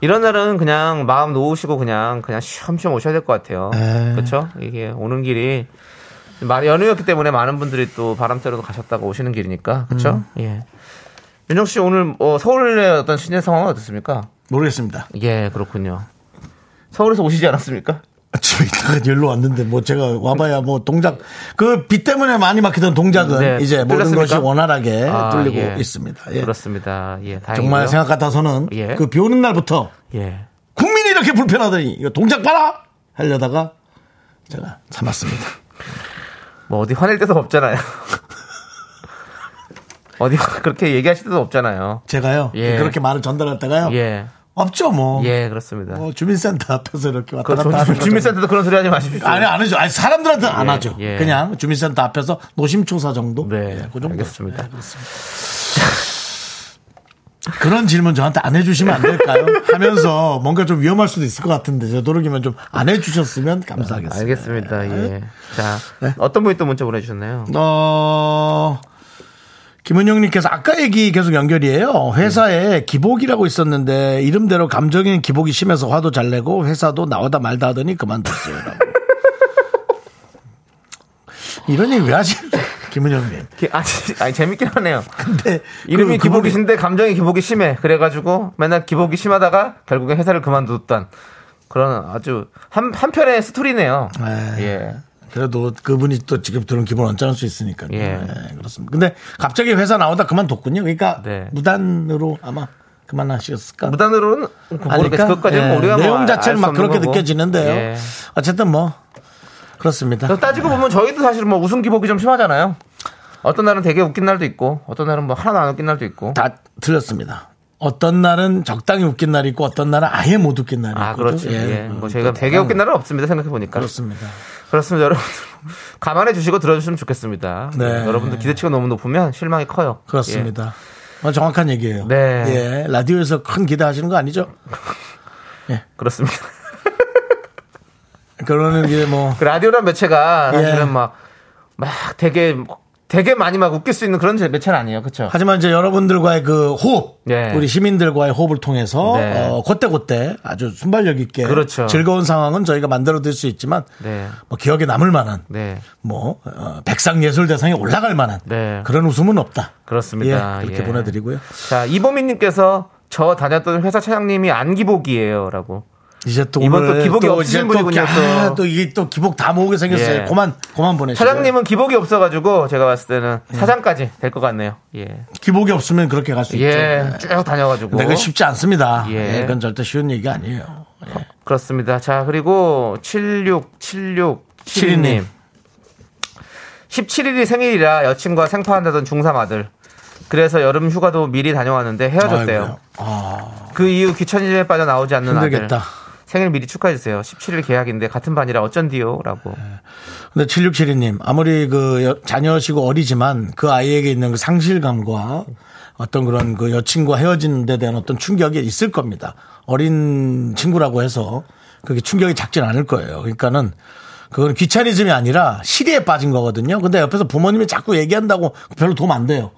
B: 이런 날은 그냥 마음 놓으시고 그냥 그냥 쉬엄쉬엄 오셔야 될 것 같아요.
A: 네.
B: 그렇죠? 이게 오는 길이 마- 연휴였기 때문에 많은 분들이 또 바람 쐬러 가셨다가 오시는 길이니까 그렇죠?
A: 음.
B: 예. 윤정 씨 오늘 뭐 서울의 어떤 시내 상황은 어떻습니까?
A: 모르겠습니다.
B: 예, 그렇군요. 서울에서 오시지 않았습니까?
A: 집에 있다가 열로 왔는데 뭐 제가 와봐야 뭐 동작 그 비 때문에 많이 막히던 동작은
B: 네,
A: 이제 모든
B: 뚫렸습니까?
A: 것이 원활하게 네,
B: 아,
A: 뚫리고
B: 예.
A: 있습니다. 예.
B: 그렇습니다. 예, 다행이고요.
A: 정말 생각 같아서는
B: 예.
A: 그 비 오는 날부터
B: 예.
A: 국민이 이렇게 불편하더니 이거 동작 봐라 하려다가 제가 참았습니다.
B: 뭐 어디 화낼 데도 없잖아요. 어디 그렇게 얘기하실 데도 없잖아요.
A: 제가요
B: 예.
A: 그렇게 말을 전달할 때가요
B: 예.
A: 없죠 뭐.
B: 예, 그렇습니다.
A: 뭐 주민센터 앞에서 이렇게 왔다
B: 그
A: 갔다 하는
B: 주-
A: 거죠.
B: 주민센터도 그런 소리 하지 마십시오.
A: 아니 안 하죠. 아니 사람들한테 안
B: 예,
A: 하죠.
B: 예.
A: 그냥 주민센터 앞에서 노심초사 정도.
B: 네,
A: 예, 그 정도.
B: 알겠습니다.
A: 그런 질문 저한테 안 해주시면 안 될까요? 하면서 뭔가 좀 위험할 수도 있을 것 같은데 저 노력이면 좀 안 해주셨으면 감사하겠습니다.
B: 알겠습니다.
A: 네.
B: 예. 자, 어떤 분이 또 문자 보내주셨나요?
A: 어. 김은영님께서 아까 얘기 계속 연결이에요. 회사에 기복이라고 있었는데 이름대로 감정인 기복이 심해서 화도 잘 내고 회사도 나오다 말다 하더니 그만뒀어요. 라고. 이런 얘기 왜 하시는 거예요? 김은영님.
B: 기- 아니, 아니 재밌긴 하네요.
A: 근데
B: 이름이
A: 그-
B: 기복이신데 감정이 기복이 심해. 그래가지고 맨날 기복이 심하다가 결국엔 회사를 그만뒀던 그런 아주 한 한편의 스토리네요.
A: 네.
B: 예.
A: 그래도 그분이 또 직접 들은 기분 언짢을 수 있으니까. 예.
B: 예.
A: 그렇습니다. 근데 갑자기 회사 나오다 그만뒀군요. 그러니까
B: 네.
A: 무단으로 아마 그만하셨을까.
B: 무단으로는 그러니까 모르겠어. 그것까지는
A: 예.
B: 우리가 뭐
A: 내용
B: 알- 알수
A: 자체는 막
B: 없는
A: 그렇게
B: 거고.
A: 느껴지는데요.
B: 예.
A: 어쨌든 뭐 그렇습니다.
B: 그래서 따지고 보면 저희도 사실 뭐 웃음 기복이 좀 심하잖아요. 어떤 날은 되게 웃긴 날도 있고, 어떤 날은 뭐 하나도 안 웃긴 날도 있고.
A: 다 틀렸습니다. 어떤 날은 적당히 웃긴 날이 있고 어떤 날은 아예 못 웃긴 날이 있고.
B: 아, 그렇죠. 예. 뭐 저희가 되게 웃긴 날은 없습니다. 생각해 보니까.
A: 그렇습니다.
B: 그렇습니다, 여러분들. 감안해 주시고 들어주시면 좋겠습니다.
A: 네.
B: 여러분들 기대치가 너무 높으면 실망이 커요. 예,
A: 그렇습니다. 어, 정확한 얘기예요.
B: 네.
A: 예, 라디오에서 큰 기대하시는 거 아니죠?
B: 예, 그렇습니다.
A: 그러는 게 뭐.
B: 그 라디오란 매체가
A: 예.
B: 사실은 막, 막 되게, 되게 많이 막 웃길 수 있는 그런 제- 매체는 아니에요. 그쵸?
A: 하지만 이제 여러분들과의 그 호흡,
B: 네.
A: 우리 시민들과의 호흡을 통해서
B: 네.
A: 어, 그때 그때 아주 순발력 있게
B: 그렇죠.
A: 즐거운 상황은 저희가 만들어드릴 수 있지만
B: 네.
A: 뭐 기억에 남을 만한
B: 네.
A: 뭐 어, 백상예술대상에 올라갈 만한
B: 네.
A: 그런 웃음은 없다.
B: 그렇습니다.
A: 예, 그렇게
B: 예.
A: 보내드리고요.
B: 자, 이보민님께서 저 다녔던 회사 차장님이 안기복이에요. 라고.
A: 이제 또
B: 이번
A: 오늘
B: 또 기복이 없으신
A: 이제
B: 분이군요,
A: 또, 아,
B: 또.
A: 또 이게 또 기복 다 모으게 생겼어요.
B: 예.
A: 그만 그만 보내시고
B: 차장님은 기복이 없어가지고 제가 봤을 때는
A: 네.
B: 사장까지 될 것 같네요. 예.
A: 기복이 없으면 그렇게 갈 수 있죠.
B: 예. 쭉 다녀가지고.
A: 내가 쉽지 않습니다.
B: 예.
A: 예, 그건 절대 쉬운 얘기 아니에요.
B: 그렇습니다. 자, 그리고 767672님. 17일이 생일이라 여친과 생파한다던 중3 아들. 그래서 여름 휴가도 미리 다녀왔는데 헤어졌대요.
A: 아이고야. 아,
B: 그 이후 귀천짐에 빠져 나오지 않는
A: 힘들겠다.
B: 아들. 생일 미리 축하해주세요. 17일 계약인데 같은 반이라 어쩐디요? 라고.
A: 네. 근데 7672님, 아무리 그 여- 자녀시고 어리지만 그 아이에게 있는 그 상실감과 어떤 그런 그 여친과 헤어지는 데 대한 어떤 충격이 있을 겁니다. 어린 친구라고 해서 그게 충격이 작진 않을 거예요. 그러니까는 그건 귀차니즘이 아니라 시리에 빠진 거거든요. 근데 옆에서 부모님이 자꾸 얘기한다고 별로 도움 안 돼요.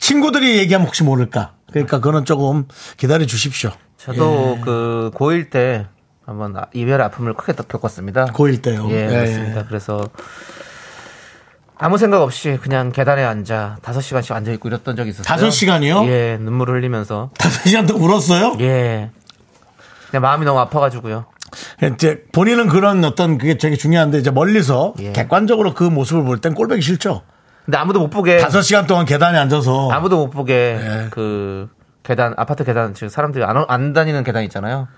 A: 친구들이 얘기하면 혹시 모를까. 그러니까 그거는 조금 기다려 주십시오. 예.
B: 저도 그 고1 때 한번 아- 이별 아픔을 크게 더 겪었습니다.
A: 고1 때요.
B: 예,
A: 예,
B: 그렇습니다.
A: 예.
B: 그래서 아무 생각 없이 그냥 계단에 앉아 다섯 시간씩 앉아 있고 이랬던 적이 있었어요.
A: 다섯 시간이요?
B: 예, 눈물을 흘리면서
A: 다섯 시간 동안 울었어요?
B: 예. 그냥 마음이 너무 아파가지고요.
A: 예, 이제 본인은 그런 어떤 그게 되게 중요한데 이제 멀리서
B: 예.
A: 객관적으로 그 모습을 볼 땐 꼴보기 싫죠.
B: 근데 아무도 못 보게
A: 다섯 시간 동안 계단에 앉아서
B: 아무도 못 보게
A: 예.
B: 그 계단 아파트 계단 지금 사람들이 안, 오- 안 다니는 계단 있잖아요.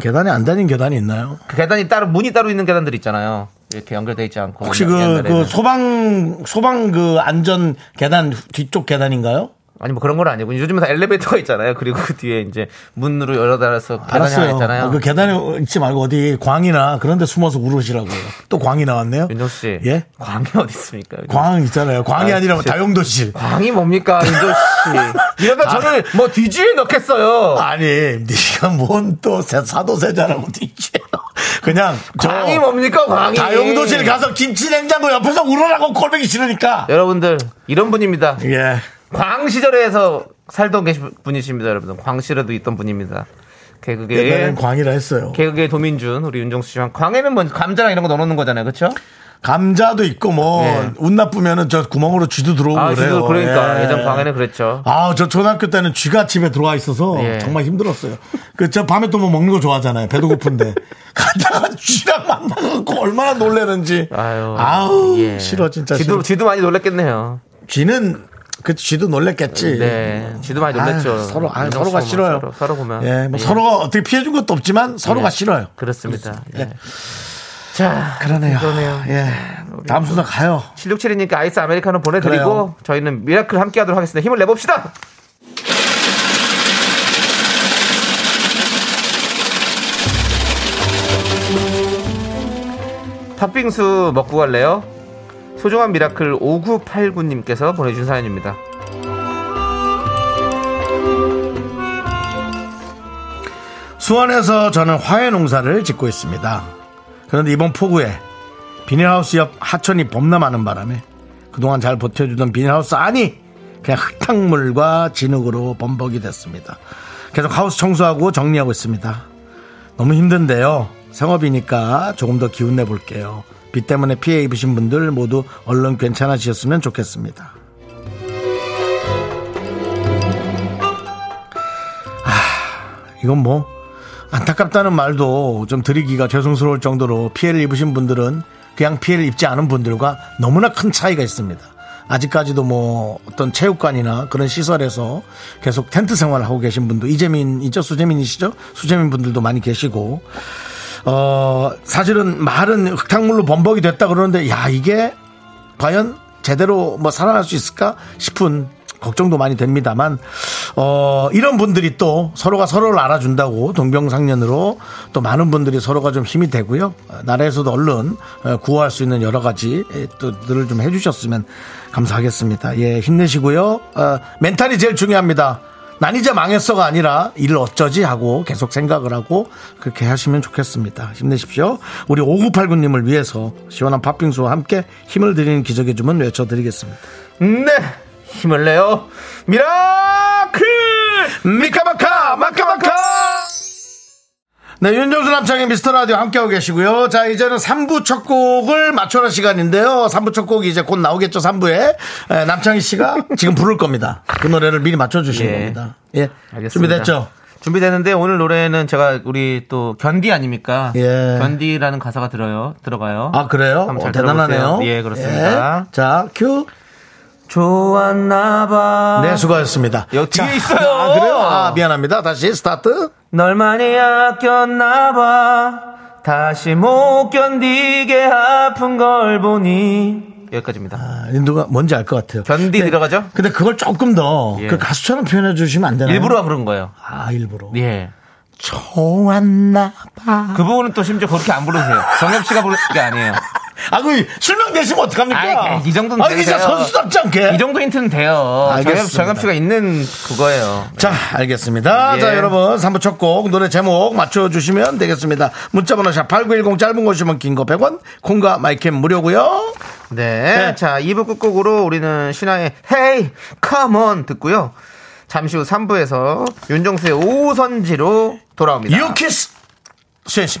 A: 계단에 안 다닌 계단이 있나요?
B: 그 계단이 따로 문이 따로 있는 계단들 있잖아요. 이렇게 연결돼 있지 않고
A: 혹시 그,
B: 옛날에는.
A: 그 소방 소방 그 안전 계단 뒤쪽 계단인가요?
B: 아니 뭐 그런 건 아니고 요즘은 다 엘리베이터가 있잖아요. 그리고 그 뒤에 이제 문으로 열어 달아서 계단이 하나
A: 알았어요.
B: 있잖아요.
A: 아, 그 계단에 있지 말고 어디 광이나 그런 데 숨어서 울으시라고요. 또 광이 나왔네요.
B: 윤정 씨,
A: 예?
B: 광이 어디 있습니까?
A: 광 있잖아요. 광이
B: 아,
A: 아, 니라
B: 진짜.
A: 다용도실.
B: 광이 뭡니까, 윤정 씨? 이러다 저를 뭐 뒤지에 넣겠어요.
A: 아. 아니, 네가 뭔 또 사도세자라고 뒤지요. 그냥 저
B: 광이 뭡니까, 광이?
A: 다용도실 가서 김치 냉장고 옆에서 울으라고 꼴보기 싫으니까.
B: 여러분들 이런 분입니다.
A: 예.
B: 광 시절에서 살던 계신 분이십니다, 여러분들. 광 시절에도 있던 분입니다. 개그계
A: 옛날엔 광이라 했어요.
B: 예. 개그계 도민준 우리 윤정수 씨랑 광에는 뭐 감자랑 이런 거 넣어놓는 거잖아요, 그렇죠?
A: 감자도 있고 뭐
B: 예.
A: 웃 나쁘면은 저 구멍으로 쥐도 들어오고
B: 아,
A: 그래요.
B: 저도 그러니까
A: 예.
B: 예전 광에는 그랬죠.
A: 아, 저 초등학교 때는 쥐가 집에 들어와 있어서
B: 예.
A: 정말 힘들었어요. 그 저 밤에 또 뭐 먹는 거 좋아하잖아요. 배도 고픈데 가다가 쥐랑 만나갖고 얼마나 놀래는지.
B: 아유,
A: 아우,
B: 예.
A: 싫어 진짜.
B: 지도
A: 싫어.
B: 지도 많이 놀랬겠네요.
A: 쥐는 그 쥐도 놀랬겠지.
B: 네, 지도 많이 놀랬죠.
A: 아유, 서로 아,
B: 민정
A: 서로가
B: 씨하고
A: 싫어요.
B: 서로, 서로 보면.
A: 예, 뭐
B: 예.
A: 서로가 어떻게 피해준 것도 없지만 서로가
B: 예.
A: 싫어요.
B: 그렇습니다. 예.
A: 예.
B: 자,
A: 그러네요.
B: 그러네요.
A: 예. 다음 순서 가요.
B: 7672니까 아이스 아메리카노 보내드리고
A: 그래요.
B: 저희는 미라클 함께 하도록 하겠습니다. 힘을 내봅시다! 팥빙수 먹고 갈래요? 소중한 미라클 5989님께서 보내준 사연입니다.
A: 수원에서 저는 화훼 농사를 짓고 있습니다. 그런데 이번 폭우에 비닐하우스 옆 하천이 범람하는 바람에 그동안 잘 버텨주던 비닐하우스 안이 그냥 흙탕물과 진흙으로 범벅이 됐습니다. 계속 하우스 청소하고 정리하고 있습니다. 너무 힘든데요. 생업이니까 조금 더 기운 내볼게요. 비 때문에 피해 입으신 분들 모두 얼른 괜찮아지셨으면 좋겠습니다. 아, 이건 뭐 안타깝다는 말도 좀 드리기가 죄송스러울 정도로 피해를 입으신 분들은 그냥 피해를 입지 않은 분들과 너무나 큰 차이가 있습니다. 아직까지도 뭐 어떤 체육관이나 그런 시설에서 계속 텐트 생활을 하고 계신 분도 이재민이죠? 수재민이시죠? 수재민 분들도 많이 계시고 어, 사실은 말은 흙탕물로 범벅이 됐다 그러는데, 야, 이게 과연 제대로 뭐 살아날 수 있을까 싶은 걱정도 많이 됩니다만, 어, 이런 분들이 또 서로가 서로를 알아준다고 동병상련으로 또 많은 분들이 서로가 좀 힘이 되고요. 어, 나라에서도 얼른 어, 구호할 수 있는 여러 가지 예, 또 들을 좀 해주셨으면 감사하겠습니다. 예, 힘내시고요. 어, 멘탈이 제일 중요합니다. 난 이제 망했어가 아니라 일을 어쩌지 하고 계속 생각을 하고 그렇게 하시면 좋겠습니다. 힘내십시오. 우리 5989님을 위해서 시원한 팥빙수와 함께 힘을 드리는 기적의 주문 외쳐드리겠습니다.
B: 네, 힘을 내요. 미라클!
A: 미카마카! 마카마카! 네, 윤정수 남창의 미스터 라디오 함께하고 계시고요. 자, 이제는 3부 첫 곡을 맞춰라 시간인데요. 3부 첫 곡이 이제 곧 나오겠죠, 3부에. 남창희 씨가 지금 부를 겁니다. 그 노래를 미리 맞춰주시는
B: 예.
A: 겁니다. 예.
B: 알겠습니다.
A: 준비됐죠?
B: 준비됐는데 오늘 노래는 제가 우리 또 견디 아닙니까?
A: 예.
B: 견디라는 가사가 들어요. 들어가요.
A: 아 그래요?
B: 한번
A: 어,
B: 잘
A: 대단하네요.
B: 들어보세요. 예, 그렇습니다.
A: 예. 자 큐.
B: 좋았나 봐.
A: 네 수고하셨습니다.
B: 아. 여기
A: 자,
B: 뒤에 있어요.
A: 아 그래요? 아 미안합니다. 다시 스타트.
B: 널 많이 아꼈나 봐. 다시 못 견디게 아픈 걸 보니 여기까지입니다.
A: 아, 누가 뭔지 알 것 같아요. 네.
B: 견디 들어가죠?
A: 근데 그걸 조금 더 그
B: 예.
A: 가수처럼 표현해 주시면 안 되나요?
B: 일부러 그런 거예요.
A: 아 일부러.
B: 예.
A: 좋았나 봐.
B: 그 부분은 또 심지어 그렇게 안 부르세요. 정엽 씨가 부르는 게 아니에요.
A: 아그 실명 되시면 어떡합니까?
B: 아이, 이 정도는
A: 아, 이게 진짜
B: 되세요.
A: 선수답지 않게.
B: 이 정도 힌트는 돼요. 정엽,
A: 예. 알겠습니다.
B: 정엽 씨가 있는 그거예요.
A: 자, 알겠습니다.
B: 예.
A: 자, 여러분, 3부 첫 곡 노래 제목 맞춰주시면 되겠습니다. 문자번호 샵8910 짧은 곳이면 긴 거 100원, 콩과 마이캠 무료고요
B: 네.
A: 네.
B: 자, 2부 끝곡으로 우리는 신화의 Hey, Come On 듣고요. 잠시 후 3부에서 윤정수의 오선지로 돌아옵니다.
A: 유키스 수현 씨.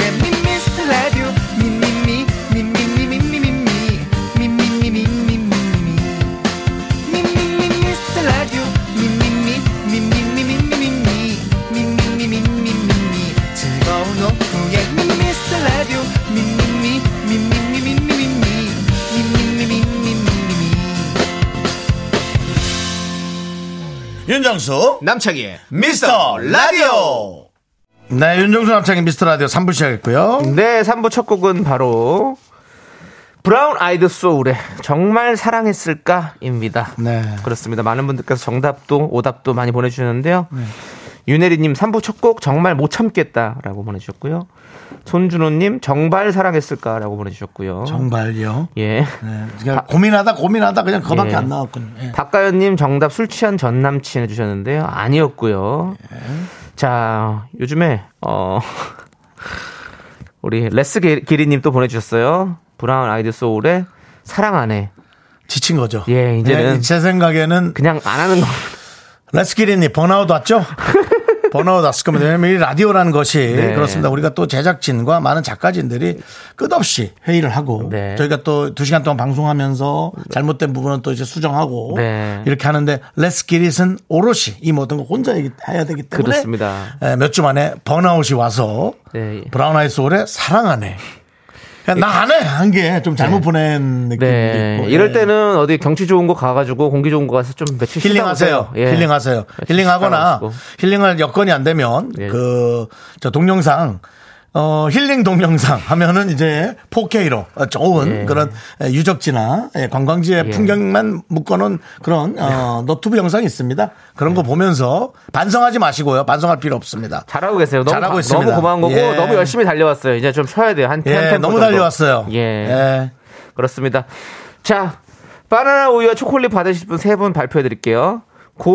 F: 미스터 라디오 미미미 미미미미미미 미미미미미미미 미미미 미스터 라디오 미미미 미미미미미미 미미미미미미 즐거운 오후에 미스터 라디오 미미미 미미미미미미 미미미미미미미
A: 윤정수.
B: 남창희의 미스터 라디오!
A: 네, 윤정수 남창의 미스터 라디오 3부 시작했고요.
B: 네, 3부 첫 곡은 바로 브라운 아이드 소울의 정말 사랑했을까입니다.
A: 네.
B: 그렇습니다. 많은 분들께서 정답도 오답도 많이 보내주셨는데요.
A: 네.
B: 윤혜리님 3부 첫 곡 정말 못 참겠다라고 보내주셨고요. 손준호님 정말 사랑했을까라고 보내주셨고요.
A: 정말요.
B: 예.
A: 네, 그냥 고민하다 고민하다 그냥 그거밖에
B: 예.
A: 안 나왔군요. 예.
B: 박가연님 정답 술 취한 전 남친 해주셨는데요. 아니었고요.
A: 예.
B: 자 요즘에 어 우리 레스 게- 기리님 또 보내주셨어요. 브라운 아이드 소울의 사랑 안 해.
A: 지친 거죠. 네,
B: 예, 이제는.
A: 제 생각에는
B: 그냥 안 하는 거.
A: 레스키리니 번아웃 왔죠? 번아웃 왔을 겁니다. 왜냐면 이 라디오라는 것이
B: 네.
A: 그렇습니다. 우리가 또 제작진과 많은 작가진들이 끝없이 회의를 하고
B: 네.
A: 저희가 또 두 시간 동안 방송하면서 잘못된 부분은 또 이제 수정하고
B: 네.
A: 이렇게 하는데 레스키릿은 오롯이 이 모든 거 혼자 얘기- 해야 되기 때문에 예,
B: 그렇습니다.
A: 몇 주 만에 번아웃이 와서
B: 네. 예.
A: 브라운 아이 소울의 사랑하네. 그러니까 나 안 해! 한 게 좀 잘못 보낸 느낌도
B: 네.
A: 있고.
B: 이럴
A: 예.
B: 때는 어디 경치 좋은 곳 가가지고 공기 좋은 곳 가서 좀 며칠 쉬다
A: 힐링하세요.
B: 오세요. 예.
A: 힐링하세요.
B: 며칠
A: 힐링하거나
B: 쉬다 오시고.
A: 힐링할 여건이 안 되면
B: 예.
A: 그 저 동영상 어 힐링 동영상 하면은 이제 4K로 어, 좋은
B: 예.
A: 그런 유적지나 예, 관광지의 풍경만 묶어놓은 그런 어 너튜브 영상이 있습니다. 그런 거 보면서 반성하지 마시고요. 반성할 필요 없습니다.
B: 잘하고 계세요. 너무,
A: 잘하고
B: 가-
A: 있습니다.
B: 너무 고마운 거고
A: 예.
B: 너무 열심히 달려왔어요. 이제 좀 쉬어야 돼요. 한, 한
A: 예,
B: 템포
A: 너무
B: 정도.
A: 달려왔어요.
B: 예.
A: 예.
B: 그렇습니다. 자, 바나나 우유와 초콜릿 받으실 분 세 분 발표해 드릴게요.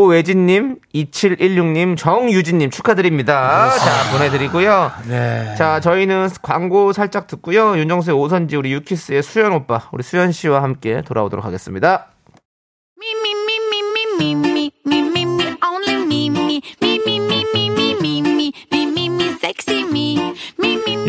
B: 고외진님, 2716님, 정유진님 축하드립니다. 자, 보내드리고요.
A: 네.
B: 자, 저희는 광고 살짝 듣고요. 윤정수의 오선지, 우리 유키스의 수현 오빠, 우리 수현 씨와 함께 돌아오도록 하겠습니다.
E: Me, me, me, me, me, me, me, me, me, me, only me, me, me, me, me, me, me, me, me, me, me, me, sexy me, me, me, me,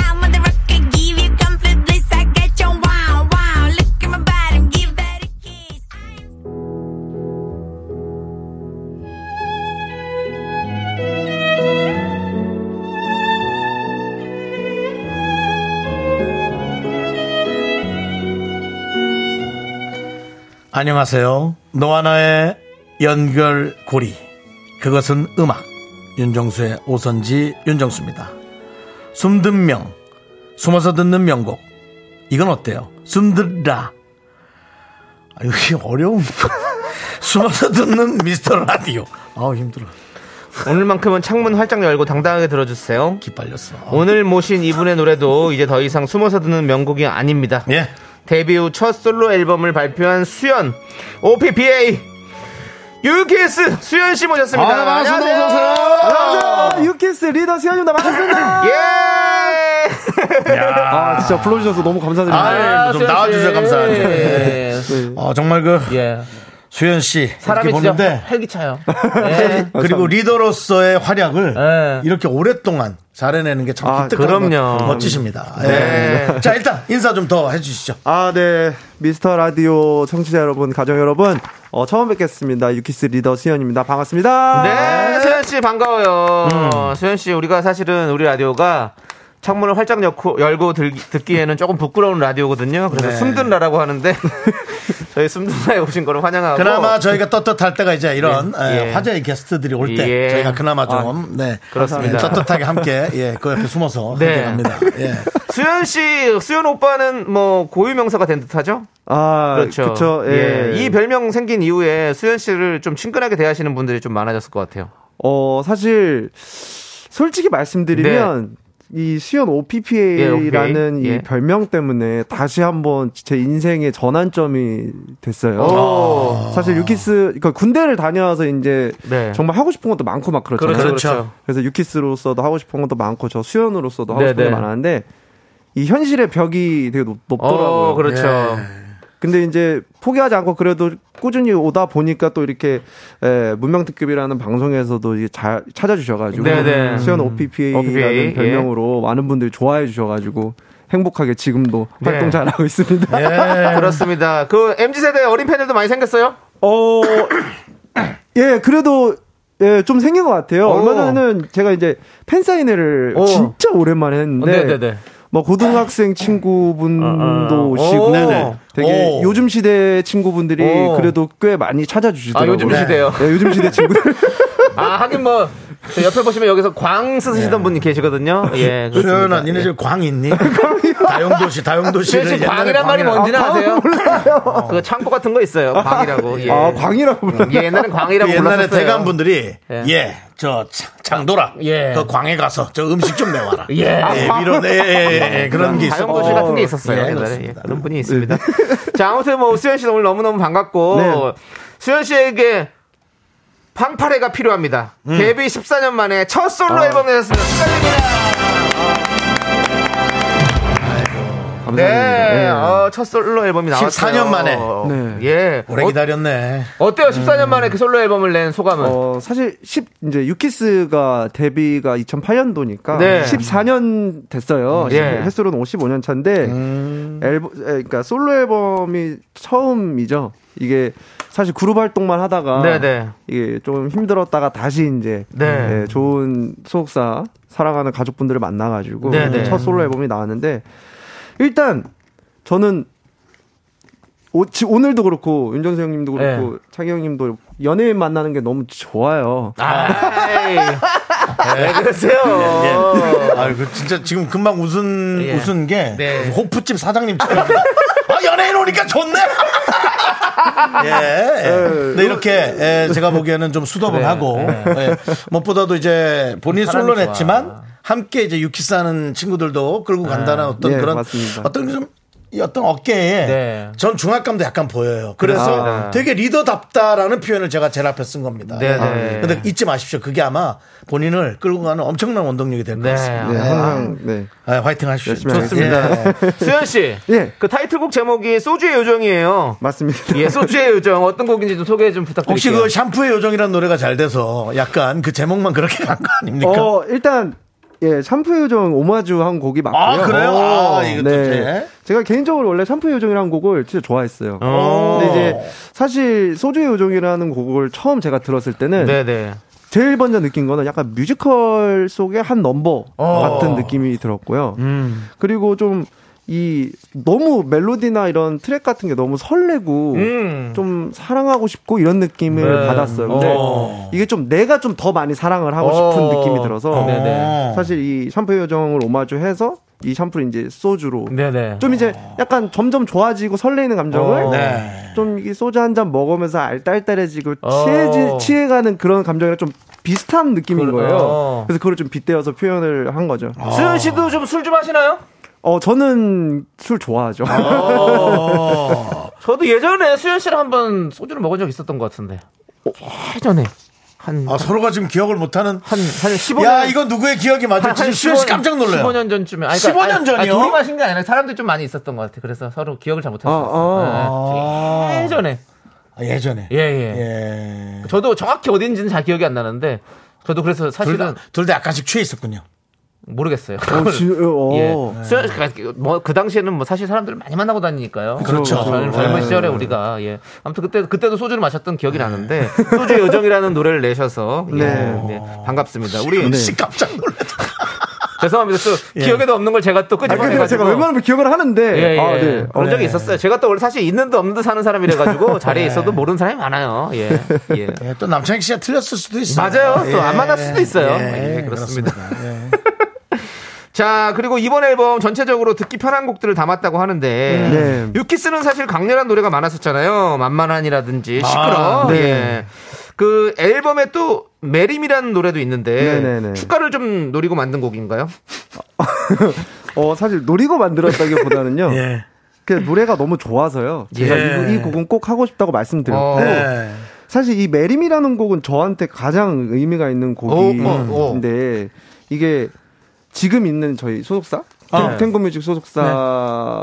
A: 안녕하세요. 너와 나의 연결고리. 그것은 음악. 윤정수의 오선지 윤정수입니다. 숨든 명. 숨어서 듣는 명곡. 이건 어때요? 숨들라. 아, 이게 어려운. 숨어서 듣는 미스터 라디오. 아우, 힘들어.
B: 오늘만큼은 창문 활짝 열고 당당하게 들어주세요
A: 기빨렸어. 아,
B: 오늘 모신 이분의 노래도 이제 더 이상 숨어서 듣는 명곡이 아닙니다
A: 예.
B: 데뷔 후 첫 솔로 앨범을 발표한 수연 OPPA 유키스 수연 씨 모셨습니다.
A: 아, 반갑습니다.
D: 안녕하세요. 유키스 리더 수현입니다. 반갑습니다.
B: 예.
D: 아, 진짜 불러주셔서 너무 감사드립니다.
A: 아, 좀
B: 수연 씨.
A: 나와주셔서 감사합니다. 예. 어, 정말 그
B: 예.
A: 수현 씨 이렇게
B: 사람이 진짜
A: 보는데
B: 활기차요. 예.
A: 그리고 리더로서의 활약을
B: 네.
A: 이렇게 오랫동안 잘해내는 게 참
D: 아,
A: 기특한
B: 그럼요.
A: 것, 멋지십니다.
B: 네.
A: 예. 자 일단 인사 좀 더 해주시죠.
D: 아, 네. 미스터 라디오 청취자 여러분, 가정 여러분, 어, 처음 뵙겠습니다. 유키스 리더 수현입니다. 반갑습니다.
B: 네, 수현 씨 반가워요. 수현 씨 우리가 사실은 우리 라디오가 창문을 활짝 열고, 열고 들- 듣기에는 조금 부끄러운 라디오거든요. 그래서
A: 네.
B: 숨든라라고 하는데 저희 숨든라에 오신 거를 환영하고
A: 그나마 저희가 떳떳할 때가 이제 이런
B: 뭐, 예,
A: 예,
B: 예.
A: 화제의 게스트들이 올 때
B: 예.
A: 저희가 그나마 좀 네.
B: 그렇습니다.
A: 예, 떳떳하게 함께 예, 그 옆에 숨어서
B: 네.
A: 함께 갑니다. 예.
B: 수현 씨, 수현 오빠는 뭐 고유 명사가 된 듯하죠?
D: 아,
B: 그렇죠.
D: 그쵸.
B: 예.
D: 예.
B: 이 별명 생긴 이후에 수현 씨를 좀 친근하게 대하시는 분들이 좀 많아졌을 것 같아요.
D: 어, 사실, 솔직히 말씀드리면, 이 수현 OPPA라는
B: 네. 예,
D: 이
B: 예.
D: 별명 때문에 다시 한번 제 인생의 전환점이 됐어요.
B: 오. 아,
D: 사실 유키스, 그 군대를 다녀와서 이제
B: 네.
D: 정말 하고 싶은 것도 많고 막 그렇잖아요.
B: 그렇죠.
A: 그렇죠.
B: 그렇죠.
D: 그래서 유키스로서도 하고 싶은 것도 많고 저 수연으로서도 하고
B: 네,
D: 싶은 게
B: 네.
D: 많았는데 이 현실의 벽이 되게 높, 더라고요
B: 어, 그렇죠.
D: 근데 이제 포기하지 않고 그래도 꾸준히 오다 보니까 또 이렇게 에, 문명특급이라는 방송에서도 이게 잘 찾아주셔가지고
B: 네, 네.
D: 수연
B: OPPA, 예.
D: OPPA라는 별명으로 많은 분들이 좋아해 주셔가지고 행복하게 지금도
B: 네.
D: 활동 잘하고 있습니다.
B: 그렇습니다. 그 MZ 세대 어린 팬들도 많이 생겼어요?
D: 어, 예, 그래도, 예, 좀 생긴 것 같아요.
B: 오.
D: 얼마 전에는 제가 이제 팬사인회를
B: 오.
D: 진짜 오랜만에 했는데.
B: 어. 네, 네, 네.
D: 뭐 고등학생 친구분도
B: 어, 어.
D: 오시고
B: 오. 네네.
D: 되게
A: 오.
D: 요즘 시대 친구분들이
B: 오.
D: 그래도 꽤 많이 찾아주시더라고요.
B: 아, 요즘 시대요?
D: 네, 요즘 시대 친구들.
B: 아, 하긴 뭐. 저 옆에 보시면 여기서 광 쓰시던
A: 네.
B: 분이 계시거든요. 예.
A: 수현아,
B: 그렇습니다.
A: 니네
B: 예.
A: 지금 광 있니? 다용도시,
B: 수현
A: 다용도시를
B: 씨
A: 옛날에
B: 광이란 말이
A: 광이라-
B: 뭔지는 아세요? 그 창고 같은 거 있어요. 광이라고. 예.
D: 아 광이라고 불러.
B: 예, 옛날엔 광이라고
A: 그 옛날에
B: 불렀었어요.
A: 대감분들이
B: 예.
A: 예 저 장도라
B: 예.
A: 그 광에 가서 저 음식 좀 내와라
B: 예.
A: 이런 예, 예, 예, 예, 그런 게 있었고
B: 다용도실 같은 게 있었어요.
A: 예,
B: 옛날에. 예,
A: 그렇습니다. 네.
B: 그런 분이 있습니다. 자, 아무튼 뭐 수현 씨 오늘 너무너무 반갑고
D: 네.
B: 수현 씨에게 팡파레가 필요합니다.
A: 음.
B: 데뷔 14년 만에 첫 솔로
A: 아.
B: 앨범 내셨습니다. 축하드립니다.
D: 감사합니다.
B: 네,
D: 예.
B: 어, 첫 솔로 앨범이 나왔어요.
A: 14년 만에.
D: 네.
B: 예.
A: 오래 기다렸네 음.
B: 어, 때요 14년 만에 그 솔로 앨범을 낸 소감은?
D: 어, 사실 10 이제 유키스가 데뷔가 2008년도니까
B: 네.
D: 14년 됐어요.
B: 예. 음.
D: 횟수로는 55년 차인데 앨범 에, 그러니까 솔로 앨범이 처음이죠. 이게 사실 그룹 활동만 하다가
B: 아. 네네.
D: 이게 좀 힘들었다가 다시 이제
B: 네.
D: 예, 좋은 소속사 사랑하는 가족분들을 만나 가지고
B: 네네.
D: 첫 솔로 앨범이 나왔는데 일단 저는 오, 지- 오늘도 그렇고 윤정수 형님도
B: 네.
D: 그렇고 창희 형님도 연예인 만나는 게 너무 좋아요.
B: 아이. 왜 그러세요?
A: 예. 아유 그 진짜 지금 금방 웃은
B: 어. 예.
A: 웃은 게
B: 네.
A: 호프집 사장님처럼 아 연예인 오니까 좋네 예, 예.
B: 어.
A: 근데 이렇게 예, 제가 보기에는 좀 수더분하고 예. 무엇보다도 이제 본인
B: 네. 사람이
A: 솔로
B: 좋아. 아,
A: 냈지만 함께 이제 유키스 하는 친구들도 끌고 간다는 어떤
D: 예,
A: 그런
D: 맞습니다.
A: 어떤 좀 이 어떤 어깨에
B: 네.
A: 전 중압감도 약간 보여요. 그래서
B: 아.
A: 되게 리더답다라는 표현을 제가 제일 앞에 쓴 겁니다.
B: 네,
A: 아,
B: 네.
A: 근데 잊지 마십시오. 그게 아마 본인을 끌고 가는 엄청난 원동력이 될 것
B: 네.
A: 같습니다.
D: 네, 항상 네.
A: 아, 화이팅 하십시오. 예.
D: 열심히
A: 좋습니다.
B: 네. 수현 씨.
D: 예.
B: 그 타이틀곡 제목이 소주의 요정이에요.
D: 맞습니다.
B: 예, 소주의 요정 어떤 곡인지 좀 소개 좀
A: 혹시
B: 부탁드릴게요.
A: 그 샴푸의 요정이라는 노래가 잘 돼서 약간 그 제목만 그렇게 간 거 아닙니까?
D: 어, 일단 예, 샴푸 요정 오마주한 곡이 맞고요.
A: 아, 그래요?
B: 어.
A: 아, 이것도 이제.
D: 네. 제가 개인적으로 원래 샴푸 요정이라는 곡을 진짜 좋아했어요. 근데 이제 사실 소주의 요정이라는 곡을 처음 제가 들었을 때는
B: 네, 네.
D: 제일 먼저 느낀 거는 약간 뮤지컬 속의 한 넘버 같은 느낌이 들었고요.
B: 음.
A: 음.
D: 그리고 좀 이 너무 멜로디나 이런 트랙 같은 게 너무 설레고
B: 음.
D: 좀 사랑하고 싶고 이런 느낌을
B: 네.
D: 받았어요. 근데
B: 어.
D: 이게 좀 내가 좀 더 많이 사랑을 하고 싶은
B: 어.
D: 느낌이 들어서
B: 네, 네.
D: 사실 이 샴푸 요정을 오마주해서 이 샴푸를 이제 소주로
B: 네, 네.
D: 좀 이제 약간 점점 좋아지고 설레이는 감정을
B: 어.
A: 네.
D: 좀 이 소주 한 잔 먹으면서 알딸딸해지고
B: 어.
D: 취해지, 취해가는 그런 감정이랑 좀 비슷한 느낌인
B: 그러-
D: 거예요.
B: 어.
D: 그래서 그걸 좀 빗대어서 표현을 한 거죠.
A: 어.
B: 수현 씨도 좀 술 좀 하시나요?
D: 어, 저는 술 좋아하죠.
A: 어.
B: 저도 예전에 수현 씨랑 한번 소주를 먹은 적 있었던 것 같은데.
A: 어.
B: 예전에 한
A: 아,
B: 한
A: 서로가 지금 기억을 못하는.
B: 한 15년
A: 야, 이건 누구의 기억이 맞아? 지금 수현 씨 깜짝 놀라요.
B: 15년 전쯤에. 아니,
A: 15년 전이요?
B: 둘이 마신 게 아니라 사람들이 좀 많이 있었던 것 같아요. 그래서 서로 기억을 잘 못했어요. 네,
A: 아.
B: 예전에.
A: 아, 예전에.
B: 예, 예.
A: 예.
B: 저도 정확히 어딘지는 잘 기억이 안 나는데 저도 그래서 사실은
A: 둘 다 약간씩 취해 있었군요.
B: 모르겠어요.
D: 어, 지- 어.
B: 예. 수현 씨가 뭐그 당시에는 뭐 사실 사람들 을 많이 만나고 다니니까요.
A: 그렇죠.
B: 어, 젊- 젊은 시절에 우리가 예. 아무튼 그때 그때도 소주를 마셨던 기억이
A: 네.
B: 나는데 소주 요정이라는 노래를 내셔서 예.
D: 네.
B: 네, 반갑습니다. 우리
A: 씨 깜짝 놀랐다.
B: 죄송합니다. 또
A: 예.
B: 기억에도 없는 걸 제가 또
D: 아, 근데
B: 끄집어내가지고
D: 제가 웬만하면 기억을 하는데.
B: 예, 예.
D: 아, 네. 어,
B: 그런 적이 있었어요. 제가 또 원래 사실 있는 듯 없는 듯 사는 사람이라가지고 자리에 있어도 모르는 사람이 많아요. 예. 예.
A: 예, 또 남창희 씨가 틀렸을 수도 있어요.
B: 맞아요. 또
A: 예.
B: 안 만날 수도 있어요.
A: 예,
B: 예, 그렇습니다.
A: 예.
B: 자, 그리고 이번 앨범 전체적으로 듣기 편한 곡들을 담았다고 하는데
D: 네.
B: 유키스는 사실 강렬한 노래가 많았었잖아요. 만만한이라든지 시끄러.
A: 아,
D: 네.
B: 예. 그 앨범에 또 메림이라는 노래도 있는데
D: 네, 네, 네.
B: 축가를 좀 노리고 만든 곡인가요?
D: 어, 사실 노리고 만들었다기보다는요.
A: 예.
D: 그 노래가 너무 좋아서요. 제가
A: 예.
D: 이, 이 곡은 꼭 하고 싶다고 말씀드렸고.
B: 어.
A: 네.
D: 사실 이 메림이라는 곡은 저한테 가장 의미가 있는 곡인데
B: 어, 어.
D: 이게 지금 있는 저희 소속사 네.
B: 어.
D: 탱고뮤직 소속사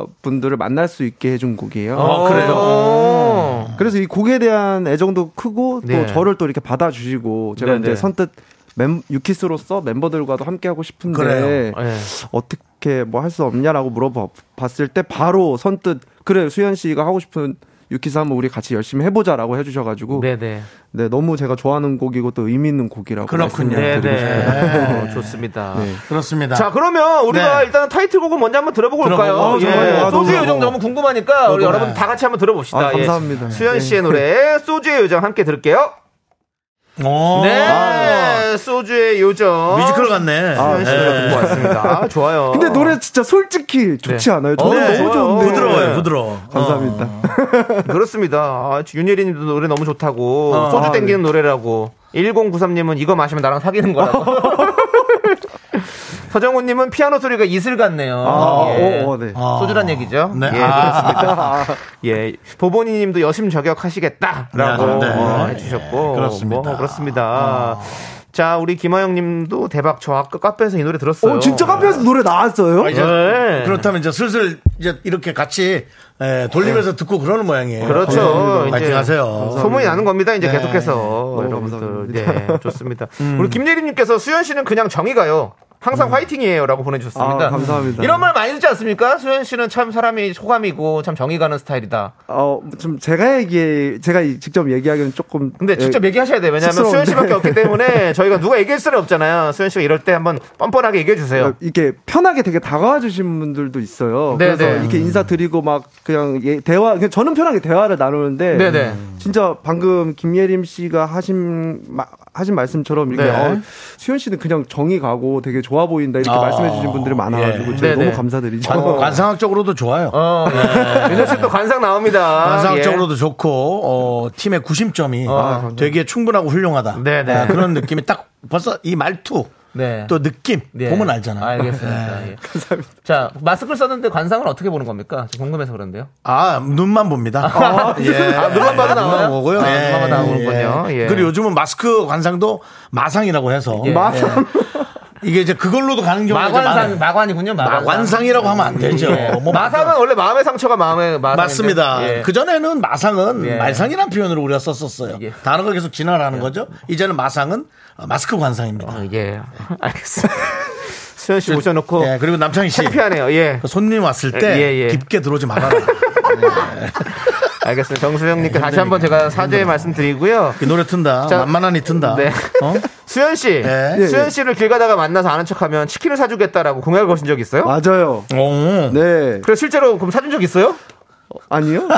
B: 네.
D: 분들을 만날 수 있게 해준 곡이에요.
A: 그래요?
B: 어.
D: 그래서 이 곡에 대한 애정도 크고
B: 네.
D: 또 저를 또 이렇게 받아주시고 제가
B: 네,
D: 이제
B: 네.
D: 선뜻 멤, 유키스로서 멤버들과도 함께 하고 싶은데
A: 그래요.
B: 예.
D: 어떻게 뭐 할 수 없냐라고 물어봤을 때 바로 선뜻 그래 수현 씨가 하고 싶은 유키스 한번 우리 같이 열심히 해보자라고 해주셔가지고
B: 네, 네.
D: 네, 너무 제가 좋아하는 곡이고 또 의미 있는 곡이라고.
A: 그렇군요.
D: 말씀을
B: 네,
D: 드리고 싶어요.
B: 네. 어, 좋습니다.
A: 그렇습니다.
B: 자, 그러면 우리가
A: 네.
B: 일단은 타이틀곡을 먼저 한번 들어보고 올까요?
A: 들어보고. 어,
D: 정말요.
B: 예.
D: 아,
B: 소주의
D: 너무
B: 요정
D: 너무
B: 너무 궁금하니까 우리
A: 궁금해.
B: 여러분 다 같이 한번 들어봅시다.
D: 아, 감사합니다.
B: 예. 수현
D: 네.
B: 씨의 노래 소주의 요정 함께 들을게요.
A: 오.
B: 네,
A: 어. 아. 뭐.
B: 소주의 요정.
A: 뮤지컬 아, 같네. 예. 어,
B: 수현 씨가 듣고 왔습니다. 아, 좋아요.
D: 근데 노래 진짜 솔직히 좋지 않아요?
B: 어,
D: 저는
B: 네. 좋아요.
D: 너무 좋은데.
A: 부드러워요, 부드러워.
D: 감사합니다.
B: 그렇습니다. 아, 윤예린님도 노래 너무 좋다고
A: 어.
B: 소주
D: 아,
B: 땡기는 노래라고 1093님은 이거 마시면 나랑 사귀는 거라고. 서정훈님은 피아노 소리가 이슬 같네요.
D: 아,
B: 예.
D: 어, 어, 네.
A: 아.
B: 소주란 얘기죠.
A: 네.
B: 예,
A: 아.
B: 그렇습니다. 예, 보보니님도 여심 저격하시겠다라고
A: 네, 네.
B: 어, 해주셨고
A: 예, 그렇습니다.
B: 뭐, 그렇습니다. 자, 우리 김하영님도 대박 저 아까 카페에서 이 노래 들었어요.
D: 어, 진짜 카페에서 노래 나왔어요?
A: 아, 이제
B: 네.
A: 그렇다면 이제 슬슬 이제 이렇게 같이 예, 돌리면서 듣고 그러는 모양이에요.
B: 네. 그렇죠.
A: 네.
B: 이제
A: 파이팅 하세요.
B: 소문이 나는 겁니다. 이제
A: 네.
B: 계속해서 여러분들 네, 좋습니다. 우리 김예림님께서 수현 씨는 그냥 정의가요. 항상 화이팅이에요라고 보내주셨습니다.
D: 아, 감사합니다.
B: 이런 말 많이 듣지 않습니까? 수현 씨는 참 사람이 소감이고 참 정의 가는 스타일이다.
D: 어, 좀 제가 얘기, 제가 이- 직접 얘기하기는 조금.
B: 근데 직접 얘기하셔야 돼요. 왜냐하면 수현
D: 예, 쑥스러운데.
B: 씨밖에 없기 때문에 저희가 누가 얘기할 수는 없잖아요. 수현 씨가 이럴 때 한번 뻔뻔하게 얘기해 주세요.
D: 이렇게 편하게 되게 다가와 주신 분들도 있어요.
B: 네,
D: 그래서
B: 네.
D: 이렇게 인사드리고 막 그냥 예- 대화, 그냥 저는 편하게 대화를 나누는데
B: 네, 네.
D: 진짜 방금 김예림 씨가 하신 마- 하신 말씀처럼 이렇게
B: 네.
D: 어, 수현 씨는 그냥 정이 가고 되게 좋아 보인다 이렇게
A: 아.
D: 말씀해 주신 분들이 많아가지고
A: 예.
D: 저희
B: 네네.
D: 너무 감사드리죠.
A: 관- 관상학적으로도 좋아요.
B: 어, 윤현 씨또 관상 나옵니다. 예.
A: 관상학적으로도 좋고 어, 팀의 구심점이
B: 아,
A: 되게 충분하고 훌륭하다.
B: 네네.
A: 아, 그런 느낌이 딱 벌써 이 말투
B: 네.
A: 또 느낌
B: 네.
A: 보면 알잖아.
B: 알겠습니다. 예. 자, 마스크를 썼는데 관상은 어떻게 보는 겁니까? 저 궁금해서 그런데요.
A: 아 눈만 봅니다. 예.
B: 아, 눈만 봐도 나와요?
A: 보고요. 예,
B: 아, 눈만 봐도 나오는군요. 예.
A: 그리고 요즘은 마스크 관상도 마상이라고 해서
B: 예.
D: 마상.
A: 이게 이제 그걸로도 가는 경우가 이제
B: 마관상,
A: 많아요.
B: 마관이군요. 마관상.
A: 마관상이라고 하면 안 되죠.
B: 예.
A: 뭐
B: 마상은 원래 마음의 상처가 마음의 예. 마상.
A: 맞습니다. 그 전에는 마상은
B: 예.
A: 말상이라는 표현으로 우리가 썼었어요.
B: 예.
A: 단어가 계속 진화라는 거죠. 이제는 마상은 어, 마스크 관상입니다.
B: 예. 알겠습니다. 수현 씨 모셔놓고
A: 예, 그리고 남창희 씨
B: 창피하네요. 예.
A: 그 손님 왔을 때
B: 예, 예.
A: 깊게 들어오지 말아라. 예.
B: 알겠습니다. 정수영님께 다시 한번 제가 사죄의 말씀 드리고요.
A: 이그 노래 튼다.
B: 자,
A: 만만하니 튼다.
B: 네.
A: 어?
B: 수현 씨,
A: 예.
B: 수현 씨를 길 가다가 만나서 아는 척하면 치킨을 사주겠다라고 공약을 거신 적 있어요?
D: 맞아요.
A: 오.
D: 네.
B: 그래 실제로 그럼 사준 적 있어요?
D: 아니요.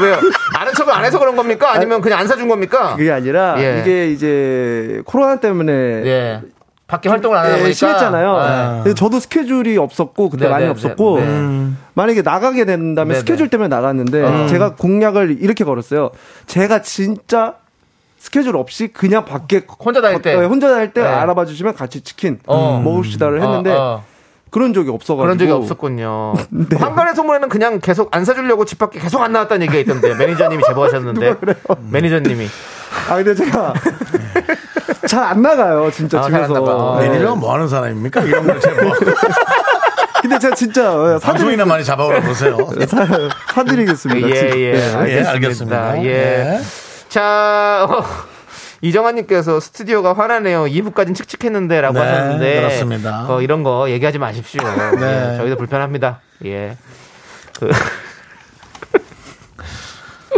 B: 왜요? 아는 척을 안 해서 그런 겁니까? 아니면 그냥 안 사준 겁니까?
D: 그게 아니라
B: 예.
D: 이게 이제 코로나 때문에
B: 예. 밖에 활동을 안 하다 보니까
D: 예, 심했잖아요.
B: 아.
D: 근데 저도 스케줄이 없었고 그때
B: 네,
D: 많이
B: 네,
D: 없었고
B: 네,
A: 음.
B: 네.
D: 만약에 나가게 된다면
B: 네, 음. 네.
D: 스케줄 때문에 나갔는데 제가 공약을 이렇게 걸었어요. 제가 진짜 스케줄 없이 그냥 밖에
B: 음. 혼자 다닐 때.
D: 어, 혼자 다닐 때
B: 네.
D: 알아봐 주시면 같이 치킨 음,
B: 어.
D: 먹읍시다를 했는데
B: 어, 어.
D: 그런 적이 없어가지고 네.
B: 그런 적이 없었군요. 한간의 소문에는 그냥 계속 안 사주려고 집 밖에 계속 안 나왔다는 얘기가 있던데 매니저님이 제보하셨는데 매니저님이
D: 아 근데 제가 잘 안 나가요 진짜
B: 아, 잘안
D: 집에서.
B: 나가.
D: 네.
A: 매니저가 뭐 하는 사람입니까? 이런 걸 제보.
D: 근데 제가 진짜 사드리,
A: 방송이나 많이 잡아오라 보세요.
B: 네.
D: 사드리겠습니다. 네,
B: 예예
D: 진짜.
B: 예,
A: 예,
B: 알겠습니다.
A: 알겠습니다.
B: 예.
A: 네.
B: 자 어, 이정환님께서 스튜디오가 화나네요. 2부까진 칙칙했는데라고
A: 네,
B: 하셨는데
A: 그렇습니다.
B: 어, 이런 거 얘기하지 마십시오.
D: 네.
B: 예, 저희도 불편합니다. 예. 그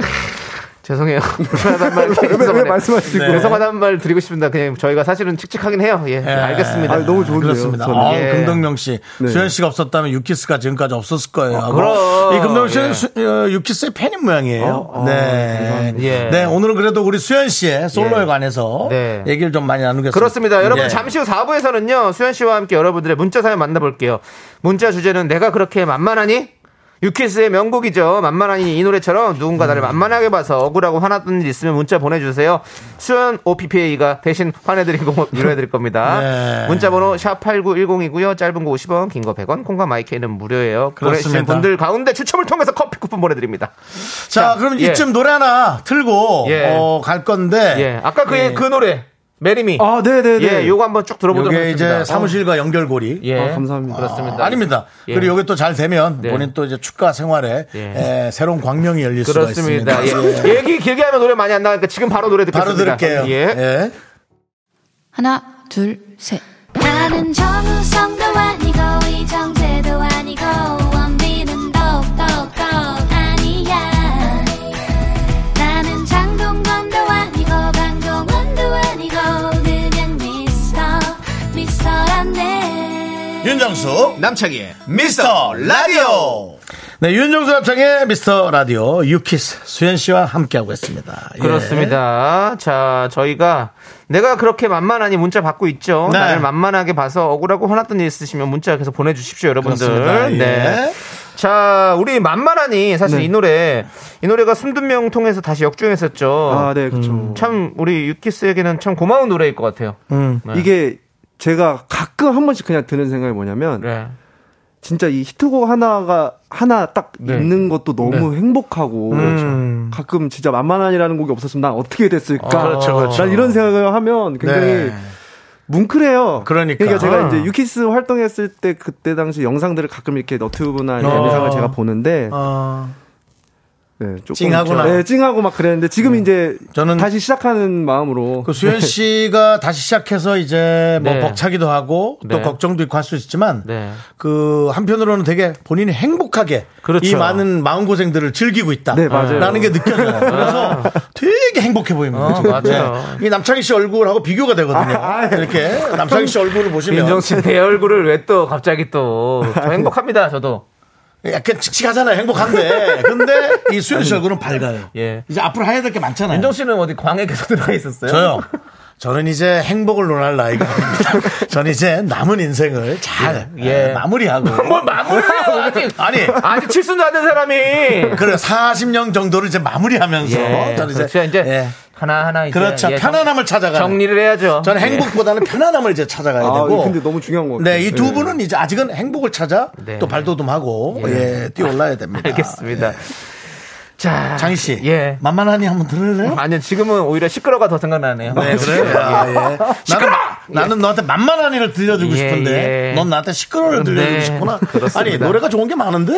B: 죄송해요. 불편하단 말 네,
D: 왜, 왜 말씀하시고
B: 죄송하다는 말 드리고 싶습니다. 그냥 저희가 사실은 칙칙하긴 해요. 예,
A: 예.
B: 알겠습니다.
D: 아, 너무 좋은데요.
A: 그렇습니다.
D: 저는.
A: 아,
B: 예.
A: 금동명 씨.
D: 네.
A: 수현 씨가 없었다면 유키스가 지금까지 없었을 거예요. 하고.
B: 아, 그럼.
A: 이 금동명 씨는
B: 예.
A: 수- 어, 유키스의 팬인 모양이에요.
D: 어, 어,
A: 네.
B: 예.
A: 네, 오늘은 그래도 우리 수현 씨의 솔로에
B: 예.
A: 관해서
B: 네.
A: 얘기를 좀 많이 나누겠습니다.
B: 그렇습니다. 여러분
A: 예.
B: 잠시 후 4부에서는요. 수현 씨와 함께 여러분들의 문자 사연 만나볼게요. 문자 주제는 내가 그렇게 만만하니? 유키스의 명곡이죠. 만만하니 이 노래처럼 누군가 나를
A: 음.
B: 만만하게 봐서 억울하고 화났던 일 있으면 문자 보내주세요. 수현 OPPA가 대신 화내드리고 위로해드릴 겁니다.
A: 네.
B: 문자번호 샵8910이고요. 짧은 거 50원, 긴 거 100원, 콩과 마이크는 무료예요. 보내주신
A: 그렇습니다.
B: 분들 가운데 추첨을 통해서 커피 쿠폰 보내드립니다.
A: 자,
B: 자,
A: 그럼
B: 예.
A: 이쯤 노래 하나 틀고
B: 예.
A: 어, 갈 건데
B: 예, 아까 그, 그 노래 메리미.
D: 아 네네네.
B: 예, 요거 한번 쭉 들어보도록
A: 이게
B: 하겠습니다.
A: 이제 사무실과 연결고리.
B: 예.
D: 아, 감사합니다.
B: 그렇습니다.
A: 아, 닙니다
B: 예.
A: 그리고 이게 또 잘 되면
B: 네.
A: 본인 또 이제 축가 생활에
B: 예.
A: 에, 새로운 광명이 열릴
B: 그렇습니다.
A: 수가 있습니다.
B: 예. 얘기 길게 하면 노래 많이 안 나가니까 지금 바로 노래
A: 바로
B: 듣겠습니다.
A: 들을게요.
B: 예.
A: 예.
G: 하나, 둘, 셋.
E: 나는 정우성도 아니고 이정재도 아니고 원빈은 더욱더 아니야 나는 장동건도 아니고 강동원도 아니고 그냥 미스터 미스터란데
A: 윤정수 남창희의 미스터 라디오 네 윤정수 남창희의 미스터 라디오 유키스 수현 씨와 함께하고 있습니다 예.
B: 그렇습니다. 자, 저희가 내가 그렇게 만만하니 문자 받고 있죠.
A: 네.
B: 나를 만만하게 봐서 억울하고 화났던 일 있으시면 문자 계속 보내주십시오,
A: 그렇습니다.
B: 여러분들.
A: 예.
B: 네. 자, 우리 만만하니 사실 이 노래 이 노래가 순둔명 통해서 다시 역주행했었죠.
D: 아, 네, 그렇죠.
B: 참 우리 유키스에게는 참 고마운 노래일 것 같아요. 네.
D: 이게 제가 가끔 한 번씩 그냥 드는 생각이 뭐냐면
B: 네.
D: 진짜 이 히트곡 하나가 하나 딱
B: 네.
D: 있는 것도 너무 행복하고
A: 그렇죠.
B: 음.
D: 가끔 진짜 만만한이라는 곡이 없었으면 난 어떻게 됐을까?
B: 아, 그렇죠, 그렇죠.
D: 난 이런 생각을 하면 어, 굉장히
A: 네.
D: 뭉클해요.
A: 그러니까.
D: 제가 이제 유키스 활동했을 때 그때 당시 영상들을 가가끔 이렇게 너튜브나 이런
A: 어.
D: 영상을 제가 보는데
A: 어,
D: 네, 조금
A: 찡하구나. 음.
D: 좀- 네, 찡하고 막 그랬는데 지금 이제
A: 저는-
D: 다시 시작하는 마음으로
A: 그 수현 씨가 다시 시작해서 이제 뭐
B: 네.
A: 벅차기도 하고 또
B: 네.
A: 걱정도 있고 할 수 있지만
B: 네.
A: 그 한편으로는 되게 본인이 행복하게
B: 그렇죠.
A: 이 많은 마음 고생들을 즐기고 있다.
D: 네, 맞아요.
A: 라는 게 느껴져요. 그래서 되게 행복해 보입니다.
B: 어,
A: 지금.
B: 맞아요.
A: 네. 이 남창희 씨 얼굴하고 비교가 되거든요.
D: 아, 예.
A: 이렇게 남창희 씨 얼굴을 보시면
B: 민정 씨 내 얼굴을 왜 또 갑자기 또. 저 행복합니다, 저도.
A: 약간 칙칙하잖아요. 행복한데. 근데 이 수현 씨 얼굴은 밝아요.
B: 예.
A: 이제 앞으로 해야 될 게 많잖아요.
B: 민정 씨는 어디 광에 계속 들어가 있었어요?
A: 저요. 저는 이제 행복을 논할 나이가 아닙니다. 저는 이제 남은 인생을 잘
B: 예.
A: 예, 마무리하고.
B: 뭘 마무리해요, 아직.
A: 아니,
B: 아직 칠순도 안 된 사람이.
A: 그래 40년 정도를 이제 마무리하면서
B: 예,
A: 저는
B: 그렇죠. 이제
A: 예.
B: 하나하나 이제
A: 그렇죠.
B: 예, 정-
A: 편안함을 찾아가는.
B: 정리를 예. 해야죠.
A: 저는 행복보다는 편안함을 이제 찾아가야
D: 아,
A: 되고.
D: 근데 너무 중요한 것 같아요. 예.
A: 네, 이 두 분은 이제 아직은 행복을 찾아
B: 네.
A: 또 발돋움하고
B: 예.
A: 예, 뛰어올라야 됩니다. 예.
B: 알겠습니다. 자,
A: 장희 씨,
B: 예.
A: 만만하니 한번 들을래요?
B: 아니요, 지금은 오히려 시끄러가 더 생각나네요.
A: 네, 그래요. 예, 예. 나는, 나는 너한테 만만한이를 들려주고
B: 아, 예,
A: 싶은데,
B: 예.
A: 넌 나한테 시끄러를 들려주고
B: 네,
A: 싶구나.
B: 그렇습니다.
A: 아니, 노래가 좋은 게 많은데.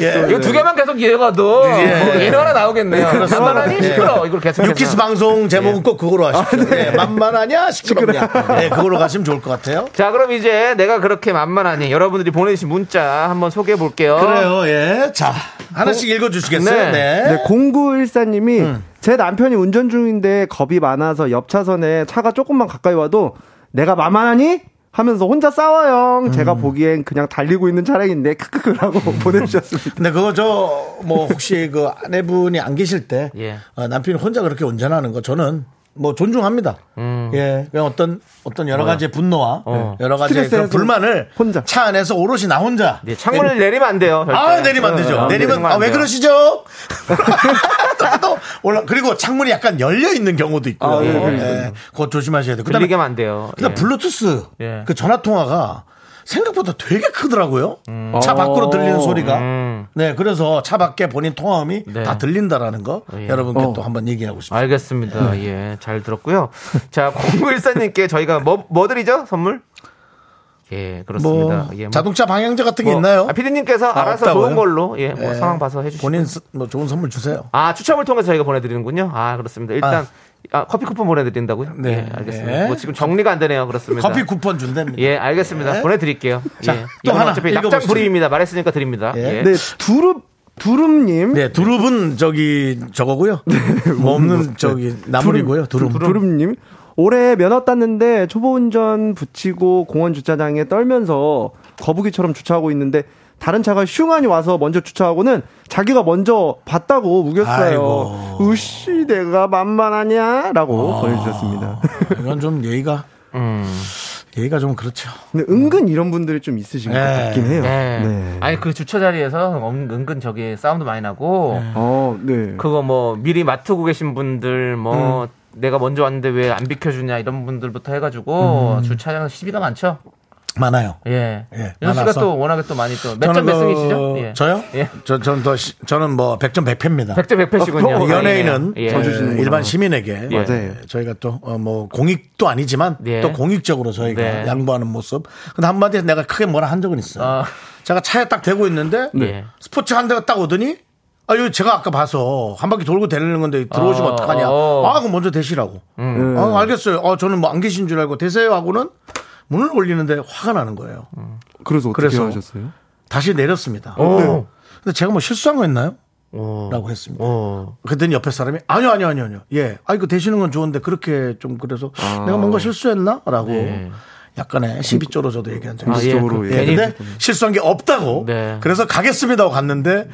A: 예.
B: 이거 두 개만 계속 이해가 도뭐
A: 예.
B: 얘는 하나 나오겠네요.
A: 그렇습니다.
B: 만만하니
A: 예.
B: 시끄러. 이걸 아, 계속
A: 유키스 방송 제목은 꼭 그거로 하십시오.
B: 네.
A: 예, 만만하냐, 시끄럽냐. 예, 그거로 가시면 좋을 것 같아요.
B: 자, 그럼 이제 내가 그렇게 만만하니 여러분들이 보내주신 문자 한번 소개해 볼게요.
A: 그래요, 예. 자, 하나씩 읽어주시겠어요?
B: 네.
A: 네.
D: 네, 0914님이 제 남편이 운전 중인데 겁이 많아서 옆 차선에 차가 조금만 가까이 와도 내가 만만하니? 하면서 혼자 싸워요. 제가 보기엔 그냥 달리고 있는 차량인데 크크크라고 보내주셨습니다.
A: 근데 그거 저 뭐 혹시 그 아내분이 안 계실 때
B: 예.
A: 어, 남편이 혼자 그렇게 운전하는 거 저는 뭐 존중합니다. 예, 그냥 어떤 어떤 여러 가지의 분노와 네,
B: 어.
A: 여러 가지의
D: 스트레스
A: 그런
D: 해소.
A: 불만을
D: 혼자.
A: 차 안에서 오롯이 나 혼자.
B: 네, 창문을 내리면 안 돼요. 절대.
A: 아 내리면 안 되죠.
B: 어, 어,
A: 내리면
B: 안
A: 아, 왜
B: 돼요.
A: 그러시죠? 또 올라 그리고 창문이 약간 열려 있는 경우도 있고요.
D: 아, 예,
A: 예,
D: 그러니까요.
A: 그거 조심하셔야 돼요. 그다음에
B: 들리게 하면 안 돼요.
A: 그다음
B: 예.
A: 그러니까 블루투스
B: 예.
A: 그 전화 통화가 생각보다 되게 크더라고요. 차 밖으로 들리는 소리가.
B: 음.
A: 네, 그래서 차 밖에 본인 통화음이
B: 네.
A: 다 들린다라는 거
B: 예.
A: 여러분께
D: 어.
A: 또 한번 얘기하고 싶습니다.
B: 알겠습니다.
A: 네.
B: 예, 잘 들었고요. 자, 0914님께 저희가 뭐, 뭐 드리죠? 선물? 예, 그렇습니다.
A: 뭐
B: 예, 뭐-
A: 자동차 방향제 같은 게
B: 뭐-
A: 있나요?
B: 아, 피디님께서
A: 아,
B: 알아서
A: 없다고요?
B: 좋은 걸로, 예, 뭐
A: 예.
B: 상황 봐서 해주시고.
A: 본인 쓰- 뭐 좋은 선물 주세요.
B: 아, 추첨을 통해서 저희가 보내드리는군요. 아, 그렇습니다. 일단, 아, 커피 쿠폰 보내드린다고요?
A: 네.
B: 예, 알겠습니다.
A: 네.
B: 뭐 지금 정리가 안 되네요. 그렇습니다.
A: 커피 쿠폰 준답니다.
B: 예, 알겠습니다.
A: 예.
B: 보내드릴게요.
A: 자,
B: 예.
A: 또
B: 이건
A: 하나
B: 어차피
A: 읽어보시죠.
B: 약장 불입니다. 말했으니까 드립니다.
A: 예.
B: 예.
D: 네, 두릅, 두릅님.
A: 네, 두릅은 저기 저거고요.
B: 네,
A: 뭐 없는 저기 나물이고요. 두릅.
D: 그 두릅님. 올해 면허 땄는데 초보 운전 붙이고 공원 주차장에 떨면서 거북이처럼 주차하고 있는데 다른 차가 슝하니 와서 먼저 주차하고는 자기가 먼저 봤다고 우겼어요.
A: 아이고. 아.
D: 우씨 내가 만만하냐라고 보내주셨습니다.
A: 이건 좀 예의가
B: 음.
A: 예의가 좀 그렇죠.
D: 근데 은근 이런 분들이 좀
B: 네,
D: 있으신 것
A: 예.
D: 같긴 해요.
B: 예.
D: 네.
B: 아니, 그 주차 자리에서 은근 저기 싸움도 많이 나고,
D: 어, 네.
B: 그거 뭐 미리 맡고 계신 분들
A: 음.
B: 뭐 내가 먼저 왔는데 왜 안 비켜주냐 이런 분들부터 해가지고 주차장 시비가 많죠.
A: 많아요.
B: 예.
A: 음. 예,
B: 윤 씨가
A: 많아서.
B: 또 워낙에 또 많이 또 몇 점
A: 저는
B: 몇
A: 그-
B: 승이시죠? 예.
A: 저요?
B: 예.
A: 저, 저는 더, 시- 저는 뭐, 100점 100패입니다.
B: 100점 100패시군요.
A: 어, 연예인은
B: 예.
A: 에, 일반 시민에게
B: 예.
D: 맞아요.
A: 저희가 또, 어, 뭐, 공익도 아니지만
B: 예.
A: 또 공익적으로 저희가
B: 네.
A: 양보하는 모습. 근데 한마디 내가 크게 뭐라 한 적은 있어요.
B: 아.
A: 제가 차에 딱 대고 있는데
B: 네.
A: 스포츠 한 대가 딱 오더니 아, 이거 제가 아까 봐서 한 바퀴 돌고 되는 건데 들어오시면
B: 어,
A: 어, 떡하냐
B: 어. 음.
A: 아, 그럼 먼저 대시라고. 아, 알겠어요. 어, 저는 뭐 안 계신 줄 알고 대세요 하고는 문을 올리는데 화가 나는 거예요.
D: 그래서 어떻게
A: 그래서-
D: 하셨어요?
A: 다시 내렸습니다.
B: 오.
A: 근데 제가 뭐 실수한 거 했나요?
B: 오.
A: 라고 했습니다.
B: 오.
A: 그랬더니 옆에 사람이 아니요 아니요 아니요 아니요 예 아 이거 되시는 건 좋은데 그렇게 좀 그래서
B: 아.
A: 내가 뭔가 실수했나라고 약간의 시비 쪼로저도 얘기한 적이
B: 네. 아,
A: 있어요.
B: 예.
D: 지적으로,
A: 예,
D: 예.
A: 근데 실수한 게 없다고
B: 네.
A: 그래서 가겠습니다 하고 갔는데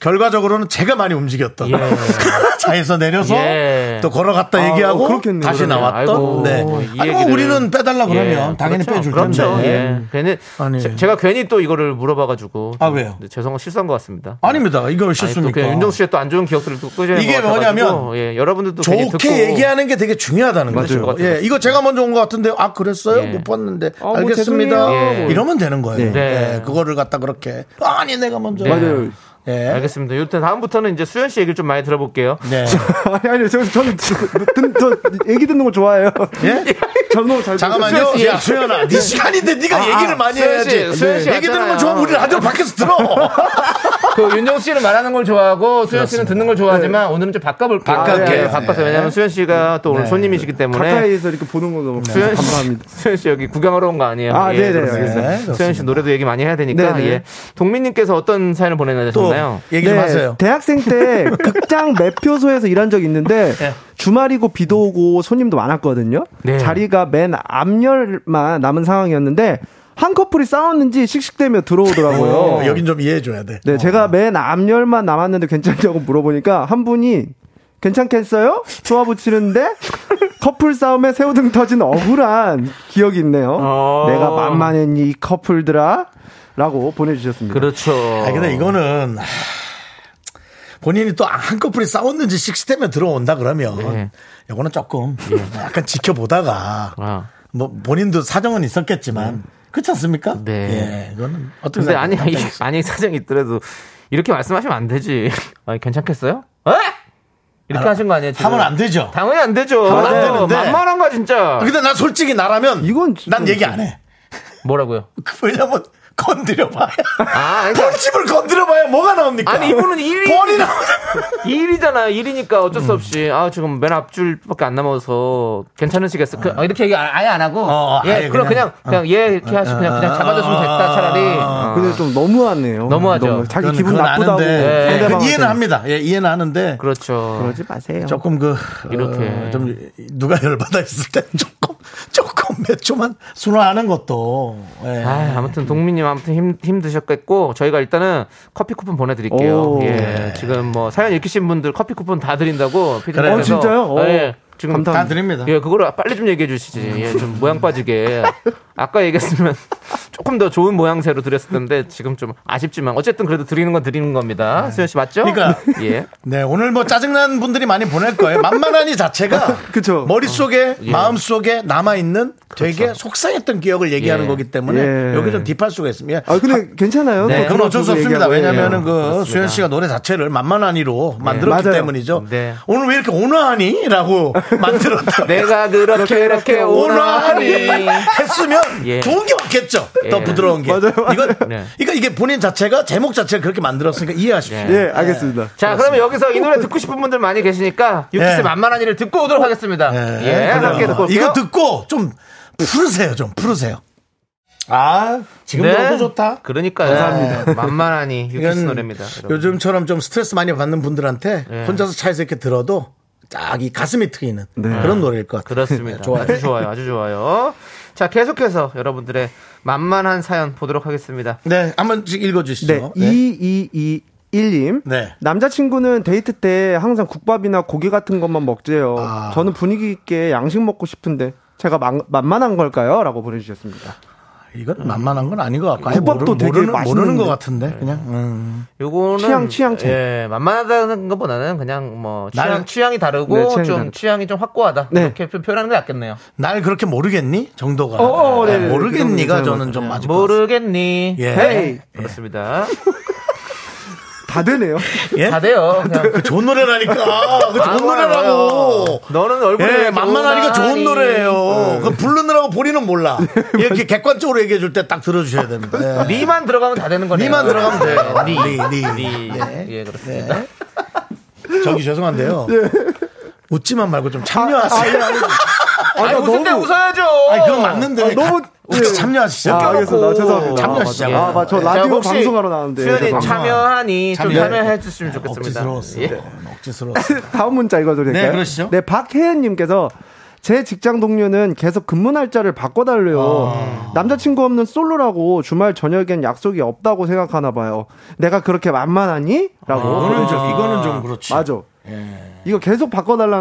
A: 결과적으로는 제가 많이 움직였던
B: 예.
A: 차에서 내려서
B: 예.
A: 또 걸어갔다
D: 아,
A: 얘기하고
D: 그렇겠네요.
A: 다시
B: 그러네요.
A: 나왔던
B: 아이고,
A: 네.
B: 이
A: 아니 뭐
B: 얘기를.
A: 우리는 빼달라 그러면
B: 예,
A: 당연히
B: 그렇죠.
A: 빼줄
B: 그렇죠.
A: 텐데 음.
B: 예. 괜히
A: 아니.
B: 제- 제가 괜히 또 이거를 물어봐가지고
A: 아, 왜요?
B: 죄송한 실수한 것 같습니다.
A: 아닙니다 이거 왜
B: 아니, 또
A: 실수입니까?
B: 그냥 윤정수 씨의 또 안 좋은 기억들을 또 끄집어낸
A: 이게
B: 것 같아가지고,
A: 뭐냐면
B: 예, 여러분들도 괜히 듣고
A: 좋게 얘기하는 게 되게 중요하다는 거죠.
B: 맞아요.
A: 예, 이거 제가 먼저 온 것 같은데 아 그랬어요?
B: 예.
A: 못 봤는데
D: 뭐
A: 알겠습니다.
B: 죄송해요. 예.
A: 이러면 되는 거예요.
B: 네.
A: 예, 그거를 갖다 그렇게 아니 내가 먼저
B: 네.
D: 맞아요.
A: 예.
B: 알겠습니다. 요때 다음부터는 이제 수현 씨 얘기를 좀 많이 들어볼게요.
A: 네.
D: 아니, 아니요. 저, 저는, 저, 듣- 저, 얘기 듣는 거 좋아해요.
A: 예?
D: 저 너무 잘
A: 잠깐만요. 야, 수현아. 네 시간인데 네가 얘기를 많이
B: 아, 수현 씨,
A: 해야지. 네.
B: 수현 씨
A: 얘기 들으면
B: 왔잖아요.
A: 좋아. 우리 라디오 밖에서 들어.
B: 그 윤정수 씨는 말하는 걸 좋아하고 수현 씨는 듣는 걸 좋아하지만 오늘은 좀 바꿔볼게요.
A: 네. 바꿔볼게요.
B: 예, 바꿔서
A: 네.
B: 왜냐하면 수현 씨가 또 오늘
A: 네.
B: 손님이시기 때문에
D: 가까이에서 이렇게 보는 거 너무
B: 수현 씨,
D: 감사합니다.
B: 수현 씨 여기 구경하러 온 거 아니에요? 예,
D: 아, 네네.
B: 그렇습니다.
A: 네,
B: 수현 씨
A: 그렇습니다.
B: 노래도 얘기 많이 해야 되니까
D: 네네.
B: 예. 동민님께서 어떤 사연을
A: 또 예,
B: 보내셨나요? 네.
A: 얘기 좀 하세요.
D: 네. 대학생 때 극장 매표소에서 일한 적이 있는데
A: 네.
D: 주말이고 비도 오고 손님도 많았거든요.
B: 네.
D: 자리가 맨 앞열만 남은 상황이었는데 한 커플이 싸웠는지 씩씩대며 들어오더라고요.
A: 어, 여긴 좀 이해해 줘야 돼.
D: 네, 제가 맨 앞열만 남았는데 괜찮냐고 물어보니까 한 분이 괜찮겠어요? 좋아 붙이는데 커플 싸움에 새우등 터진 억울한 기억이 있네요.
B: 어.
A: 아.
D: 내가 만만했니 이 커플들아? 라고 보내주셨습니다.
B: 그렇죠.
A: 아, 근데 이거는 하, 본인이 또 한꺼풀이 싸웠는지 시스템에 들어온다
B: 네.
A: 그러면 요거는 조금
B: 예.
A: 약간 지켜보다가
B: 아.
A: 뭐 본인도 사정은 있었겠지만 그렇지 않습니까?
B: 네.
A: 예, 이거는 어떻게
B: 근데 아니
A: 생각해요?
B: 아니, 아니 사정이 있더라도 이렇게 말씀하시면 안 되지. 아니 괜찮겠어요? 에? 이렇게
A: 아,
B: 하신 거 아니에요? 지금?
A: 하면 안 되죠.
B: 당연히 안 되죠. 네.
A: 하면 안 되는데.
B: 만만한 거 진짜.
A: 아, 근데 나 솔직히 나라면
D: 이건
A: 난
D: 진짜-
A: 얘기 안 해. 그
B: 뭐라고요?
A: 왜냐면 건드려봐야
B: 아, 그러니까-
A: 벌집을 건드려봐야 뭐가 나옵니까?
B: 아니 이분은 1위
A: 벌이 나.
B: 일이잖아 일이니까 어쩔
D: 음.
B: 수 없이 아 지금 맨 앞줄밖에 안 남아서 괜찮으시겠어 그, 어, 이렇게 얘기 아- 아예 안 하고
A: 어, 아예
B: 예 그럼 그냥 그냥 예 이렇게 하시고 그냥 그냥 잡아줬으면 됐다 차라리 어.
D: 근데 좀 너무하네요.
B: 너무하죠.
D: 너무 자기
A: 그건-
D: 기분
A: 그건
D: 나쁘다고.
A: 아는데.
B: 예.
A: 그건
D: 상대방한테.
A: 이해는 합니다. 예, 이해는 하는데
B: 그렇죠
D: 그러지 네. 마세요.
A: 조금 그
B: 이렇게.
A: 어, 좀 누가 열받아 있을 때 조금 조금 몇 초만 순화하는 것도 예.
B: 아, 아무튼 동민님 아무튼 힘, 힘드셨겠고 저희가 일단은 커피 쿠폰 보내드릴게요.
D: 오.
B: 예, 지금 뭐 사연 읽히신 분들 커피 쿠폰 다 드린다고 피디님
A: 그래요?
B: 께서
D: 어, 진짜요? 오.
B: 예, 지금
D: 감사합니다.
A: 다 드립니다.
B: 예, 그거를 빨리 좀 얘기해 주시지.
A: 음.
B: 예, 좀 모양 빠지게. 아까 얘기했으면 조금 더 좋은 모양새로 드렸을 텐데 지금 좀 아쉽지만 어쨌든 그래도 드리는 건 드리는 겁니다. 수현 씨 맞죠?
A: 그러니까.
B: 예.
A: 네, 오늘 뭐 짜증난 분들이 많이 보낼 거예요. 만만하니 자체가
D: 그쵸.
A: 머릿속에,
B: 예. 그렇죠.
A: 마음속에 남아있는 되게 속상했던 기억을 얘기하는
B: 예.
A: 거기 때문에
D: 예.
A: 여기 좀 딥할 수가 있습니다. 예.
D: 아 근데 괜찮아요.
B: 네,
D: 뭐
A: 그건 어쩔 수
D: 부분
A: 없습니다.
D: 얘기하고.
A: 왜냐면은
D: 예.
A: 그
B: 그렇습니다. 예.
A: 수현 씨가 노래 자체를 만만하니로 만들었기
D: 맞아요.
A: 때문이죠.
B: 네.
A: 오늘 왜 이렇게 온화하니? 라고 만들었다.
B: 내가 그렇게 이렇게
A: 온화하니
B: 오나니.
A: 했으면
B: 예.
A: 좋은 게 맞겠죠. 더
B: 예.
A: 부드러운 게.
D: 맞아요, 맞아요.
A: 이건,
B: 네.
A: 이건 이게 본인 자체가 제목 자체를 그렇게 만들었으니까 이해하십시오.
D: 예, 알겠습니다.
B: 자, 그러면 여기서 이 노래 듣고 싶은 분들 많이 계시니까 유키스
A: 예.
B: 만만한 일을 듣고 오도록 하겠습니다.
A: 예,
B: 예,
A: 그래요.
B: 함께 듣고 올게요.
A: 이거 듣고 좀 푸르세요, 좀 푸르세요. 아, 지금
B: 네.
A: 너무 좋다.
B: 그러니까요. 감사합니다. 만만하니 유키스
A: 이건
B: 노래입니다. 여러분.
A: 요즘처럼 좀 스트레스 많이 받는 분들한테
B: 예.
A: 혼자서 차에서 이렇게 들어도 딱 이 가슴이 트이는 그런 노래일 것 같아요.
B: 그렇습니다.
A: 네, 좋아요.
B: 아주 좋아요. 아주 좋아요. 자, 계속해서 여러분들의 만만한 사연 보도록 하겠습니다.
A: 네, 한번 씩
D: 네,
A: 읽어주시죠. 네.
D: 2221님.
A: 네.
D: 남자친구는 데이트 때 항상 국밥이나 고기 같은 것만 먹재요.
A: 아.
D: 저는 분위기 있게 양식 먹고 싶은데 제가 만, 만만한 걸까요? 라고 보내주셨습니다.
A: 아, 이건 만만한 건 아닌 것 같고. 아예
D: 국밥도
A: 모르-
D: 되게
A: 모르는,
D: 맛있는데.
A: 모르는 것 같은데, 그냥. 음.
B: 요거는
D: 취향, 취향 차이.
B: 예, 만만하다는 것보다는 그냥 뭐 취향
A: 나는-
B: 취향이 다르고
D: 네, 취향이
B: 좀
D: 다르다.
B: 취향이 좀 확고하다.
D: 네.
B: 이렇게 표- 표현하는 게 낫겠네요.
A: 날 그렇게 모르겠니? 정도가.
D: 어, 어, 네, 네, 네.
A: 모르겠니가
D: 그런
A: 저는 좀 맞을 것 같아요.
B: 모르겠니?
A: 예.
B: 헤이. 그렇습니다.
D: 다 되네요.
A: 예?
B: 다 돼요. 그냥
A: 그 좋은 노래라니까. 그 좋은 노래라고.
B: 너는 얼굴이 왜
A: 예,
B: 이렇게
A: 만만하니까 좋은
B: 오나니.
A: 노래예요. 그 부르느라고 본인은 몰라. 이렇게 객관적으로 얘기해 줄 때 딱 들어주셔야 됩니다. 예.
B: 리만 들어가면 다 되는 거네요.
A: 리만 들어가면 돼요.
B: 리,
A: 리, 리.
B: 리.
A: 네.
B: 예, 그렇습니다.
A: 저기 죄송한데요. 웃지만 말고 좀 참여하세요. 아니,
B: 아니,
D: 예, 나
B: 웃을 때
D: 너무-
B: 웃어야죠.
A: 그건 맞는데.
D: 아, 너무-
A: 가- 같이 참여하시죠.
D: 아, 알겠습니다.
B: 오,
D: 죄송합니다.
A: 참여하시죠.
D: 아, 맞아. 아, 저
B: 예.
D: 라디오
B: 자, 혹시
D: 방송하러 나왔는데.
B: 수현이
D: 네, 죄송합니다.
B: 참여하니 좀
A: 참여-
B: 참여해 주셨으면
A: 아,
B: 좋겠습니다.
A: 네, 억지스러웠어.
B: 예.
A: 억지스러웠어.
D: 다음 문자 읽어드릴까요?
A: 네, 그러시죠.
D: 네, 박혜연님께서 제 직장 동료는 계속 근무 날짜를 바꿔달래요.
A: 아.
D: 남자친구 없는 솔로라고 주말 저녁엔 약속이 없다고 생각하나 봐요. 내가 그렇게 만만하니? 라고.
A: 아, 이거는 좀, 이거는 좀 그렇지. 예.
D: 맞아. 이거 계속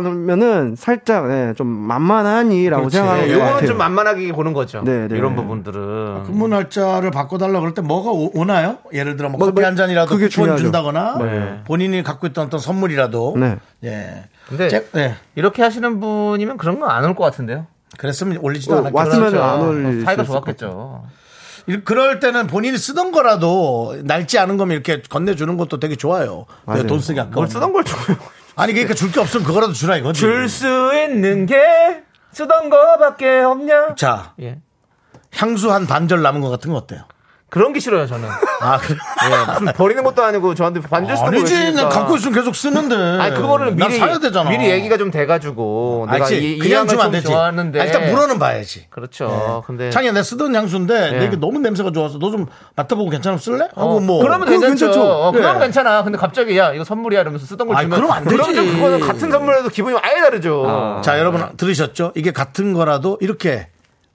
D: 바꿔달라면은 살짝 예, 좀 만만하니라고
A: 그렇지.
D: 네, 생각하는
A: 예,
D: 것
B: 요거는
D: 같아요.
B: 좀 만만하게 보는 거죠.
D: 네, 네.
B: 이런 부분들은.
A: 근무 날짜를 바꿔달라 그럴 때 뭐가 오- 오나요? 예를 들어 뭐
D: 뭐,
A: 커피
D: 뭐,
A: 한 잔이라도
D: 그게
A: 쿠폰
D: 중요하죠.
A: 준다거나
B: 네.
A: 본인이 갖고 있던 어떤 선물이라도
D: 네.
A: 예.
B: 근데
A: 제- 예.
B: 이렇게 하시는 분이면 그런 건 안 올 것 같은데요.
A: 그랬으면
B: 어,
A: 올리지도 않았겠죠.
D: 왔으면
A: 그렇죠.
D: 아, 안 올릴
B: 사이가
D: 수 있을
B: 좋았겠죠.
A: 이- 그럴 때는 본인이 쓰던 거라도 날지 않은 거면 이렇게 건네주는 것도 되게 좋아요.
D: 맞아요.
A: 돈 쓰기 아까워.
B: 뭘 쓰던 걸 줘요.
A: 아니 그러니까 줄 게 없으면 그거라도 주라 이거지.
B: 줄 수 있는 게 쓰던 거밖에 없냐.
A: 자
B: 예.
A: 향수 한 반절 남은 거 같은 거 어때요?
B: 그런 게 싫어요 저는.
A: 아 그래.
B: 예, 무슨 버리는 것도 아니고 저한테 반줄 쓰는
A: 아니지, 난 갖고 있으면 계속 쓰는데.
B: 아니
A: 난
B: 그거를 미리
A: 사야 되잖아.
B: 미리 얘기가 좀 돼가지고 내가
A: 아니지,
B: 이, 이
A: 그냥
B: 양을
A: 주면 안
B: 좀
A: 되지.
B: 좋아하는데
A: 아, 일단 네. 물어는 봐야지.
B: 그렇죠. 근데
A: 창이야, 내가 쓰던 향수인데,
B: 예.
A: 내가 이게 너무 냄새가 좋아서 너 좀 맡아보고 괜찮으면 쓸래? 하고
B: 어,
A: 뭐.
B: 그러면
D: 그거
B: 괜찮죠.
D: 괜찮죠.
B: 어, 그러면
A: 예.
B: 괜찮아. 근데 갑자기 야 이거 선물이야 이러면서 쓰던 걸
A: 아이,
B: 주면
A: 그럼 안 되지. 음.
B: 그럼 좀 그거는 같은 선물에도 기분이 아예 다르죠.
A: 자, 여러분 들으셨죠? 이게 같은 거라도 이렇게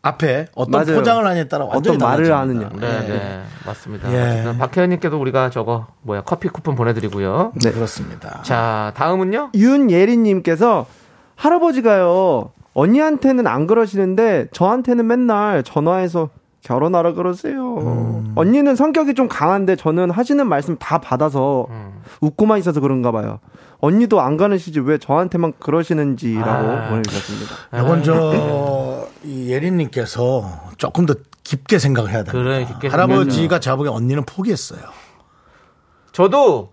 A: 앞에 어떤
D: 맞아요.
A: 포장을 하냐에 따라 완전히
D: 어떤 말을
A: 달라집니다.
D: 하느냐.
B: 네, 네, 맞습니다.
A: 예.
B: 어쨌든 박혜연님께도 우리가 저거 뭐야 커피 쿠폰 보내드리고요.
A: 네, 그렇습니다.
B: 자 다음은요.
D: 윤예린님께서 할아버지가요 언니한테는 안 그러시는데 저한테는 맨날 전화해서 결혼하라 그러세요. 언니는 성격이 좀 강한데 저는 하시는 말씀 다 받아서 웃고만 있어서 그런가 봐요. 언니도 안 가는 시집 왜 저한테만 그러시는지라고 보내주셨습니다.
A: 이건 저, 이 예린님께서 조금 더 깊게 생각해야 됩니다.
B: 그래, 깊게
A: 할아버지가 제가 보기엔 언니는 포기했어요.
B: 저도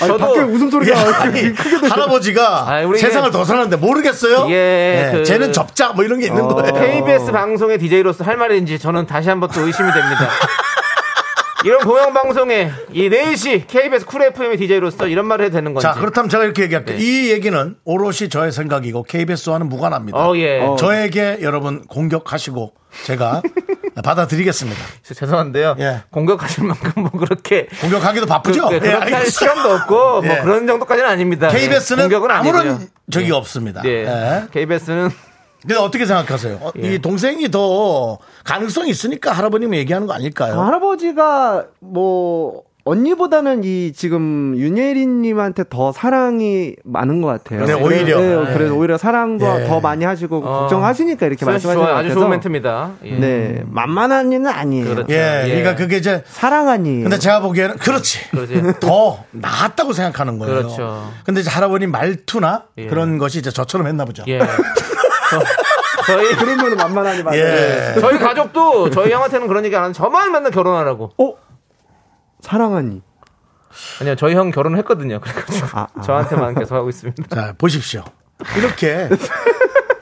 D: 아니,
B: 저도
D: 밖에 웃음소리가 이렇게 크게 들려.
A: 할아버지가
B: 아니, 우리 이게-
A: 세상을 더 사는데 모르겠어요? 네,
B: 이게 그- 어,
A: 쟤는 접자, 뭐 이런 게 있는 거예요.
B: KBS 방송의 DJ로서 할 말인지 저는 다시 한 번 또 의심이 됩니다. 이런 공영방송에 이 4시 KBS 쿨 FM의 DJ로서 이런 말을 해도 되는 건지.
A: 자, 그렇다면 제가 이렇게 얘기할게요. 이 얘기는 오롯이 저의 생각이고 KBS와는 무관합니다.
B: 어, 예.
D: 어.
A: 저에게 여러분 공격하시고 제가 받아들이겠습니다.
B: 죄송한데요.
A: 예.
B: 공격하실 만큼 뭐 그렇게.
A: 공격하기도 바쁘죠?
B: 그, 그,
A: 예,
B: 렇게할
A: 알겠어요.
B: 시험도 없고 뭐
A: 예.
B: 그런 정도까지는 아닙니다. 예,
A: KBS는
B: 공격은
A: 아무런
B: 아니고요.
A: 적이 없습니다.
B: 예.
A: 예.
B: KBS는
A: 근데 어떻게 생각하세요? 어,
B: 예.
A: 이 동생이 더 가능성이 있으니까 할아버님이 얘기하는 거 아닐까요?
B: 어?
D: 어? 할아버지가 뭐 언니보다는 이 지금 윤예린님한테 더 사랑이 많은 것 같아요.
A: 네, 오히려.
D: 네, 그래서
A: 네.
D: 오히려 사랑도
A: 예.
D: 더 많이 하시고 걱정하시니까 이렇게
B: 수현 씨
D: 말씀하시는 것
B: 어. 좋아요.
D: 같아서.
B: 아주 좋은 멘트입니다. 예.
D: 네, 만만한 일은 아니에요.
B: 그렇죠.
A: 예, 그러니까 그게 이제
D: 사랑 아니에요.
A: 근데 제가 보기에는 그렇지.
B: 음. 그러지.
A: 더 나았다고 생각하는 거예요.
B: 그렇죠.
A: 근데 이제 할아버님 말투나
B: 예.
A: 그런 것이 이제 저처럼 했나 보죠.
B: 예. 저, 희
D: 그러면 만만하니 맞아요.
A: 예.
B: 저희 가족도 저희 형한테는 그런 얘기 안 하는데 저만 맨날 결혼하라고.
D: 어? 사랑하니.
B: 예. 아니요, 저희 형 결혼을 했거든요. 그래가지고
D: 아, 아.
B: 저한테만 계속 하고 있습니다.
A: 자, 보십시오. 이렇게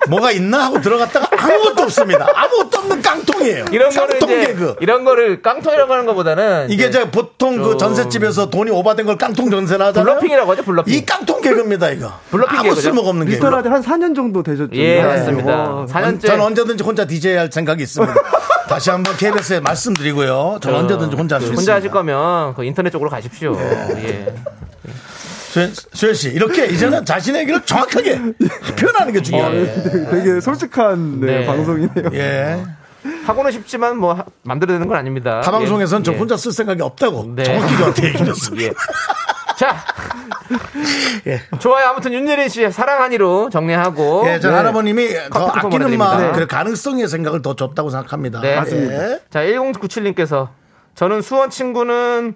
A: 뭐가 있나 하고 들어갔다가 아무것도 없습니다. 아무것도 없는 깡통이에요.
B: 이런 거를
A: 깡통
B: 이제
A: 개그.
B: 이런 거를 깡통이라고 하는 것보다는
A: 이게
B: 이제
A: 이제 보통 그
B: 좀-
A: 전셋집에서 돈이 오바된 걸 깡통 전세라 하잖아요.
B: 블러핑이라고 하죠, 블러핑.
A: 이 깡통 개그입니다, 이거.
B: 블러핑
A: 아무
B: 개그죠?
A: 쓸모없는 개그.
D: 미스터라디 한 4년 정도 되셨죠?
B: 예,
D: 네.
B: 맞습니다.
D: 와.
B: 사 년째
A: 저는 어, 언제든지 혼자 DJ 할 생각이 있습니다. 다시 한번 KBS에 말씀드리고요. 저는 언제든지 혼자 할 수 있습니다. 네.
B: 어, 혼자 하실 거면 그 인터넷 쪽으로 가십시오. 예.
A: 수현, 수현 씨 이렇게 이제는 자신의 얘기를 정확하게 표현하는 게
B: 어,
A: 중요해요.
D: 되게, 되게 솔직한 네,
B: 네.
D: 방송이네요.
A: 예.
B: 하고는 싶지만 뭐 하- 마음대로 되는 건 아닙니다.
A: 타방송에선
B: 예.
A: 저
B: 예.
A: 혼자 쓸 생각이 없다고
B: 네.
A: 정확히 저한테 얘기했습니다.
B: 예. 자, 좋아요. 아무튼 윤예린 씨의 사랑하니로 정리하고.
A: 예, 전
B: 네.
A: 할아버님이 더
B: 커피 쿠폰
A: 아끼는
B: 보내드립니다.
A: 마음,
B: 네.
A: 그 가능성의 생각을 더 줬다고 생각합니다. 예.
B: 네.
A: 맞습니다.
B: 자, 1097님께서 저는 수원 친구는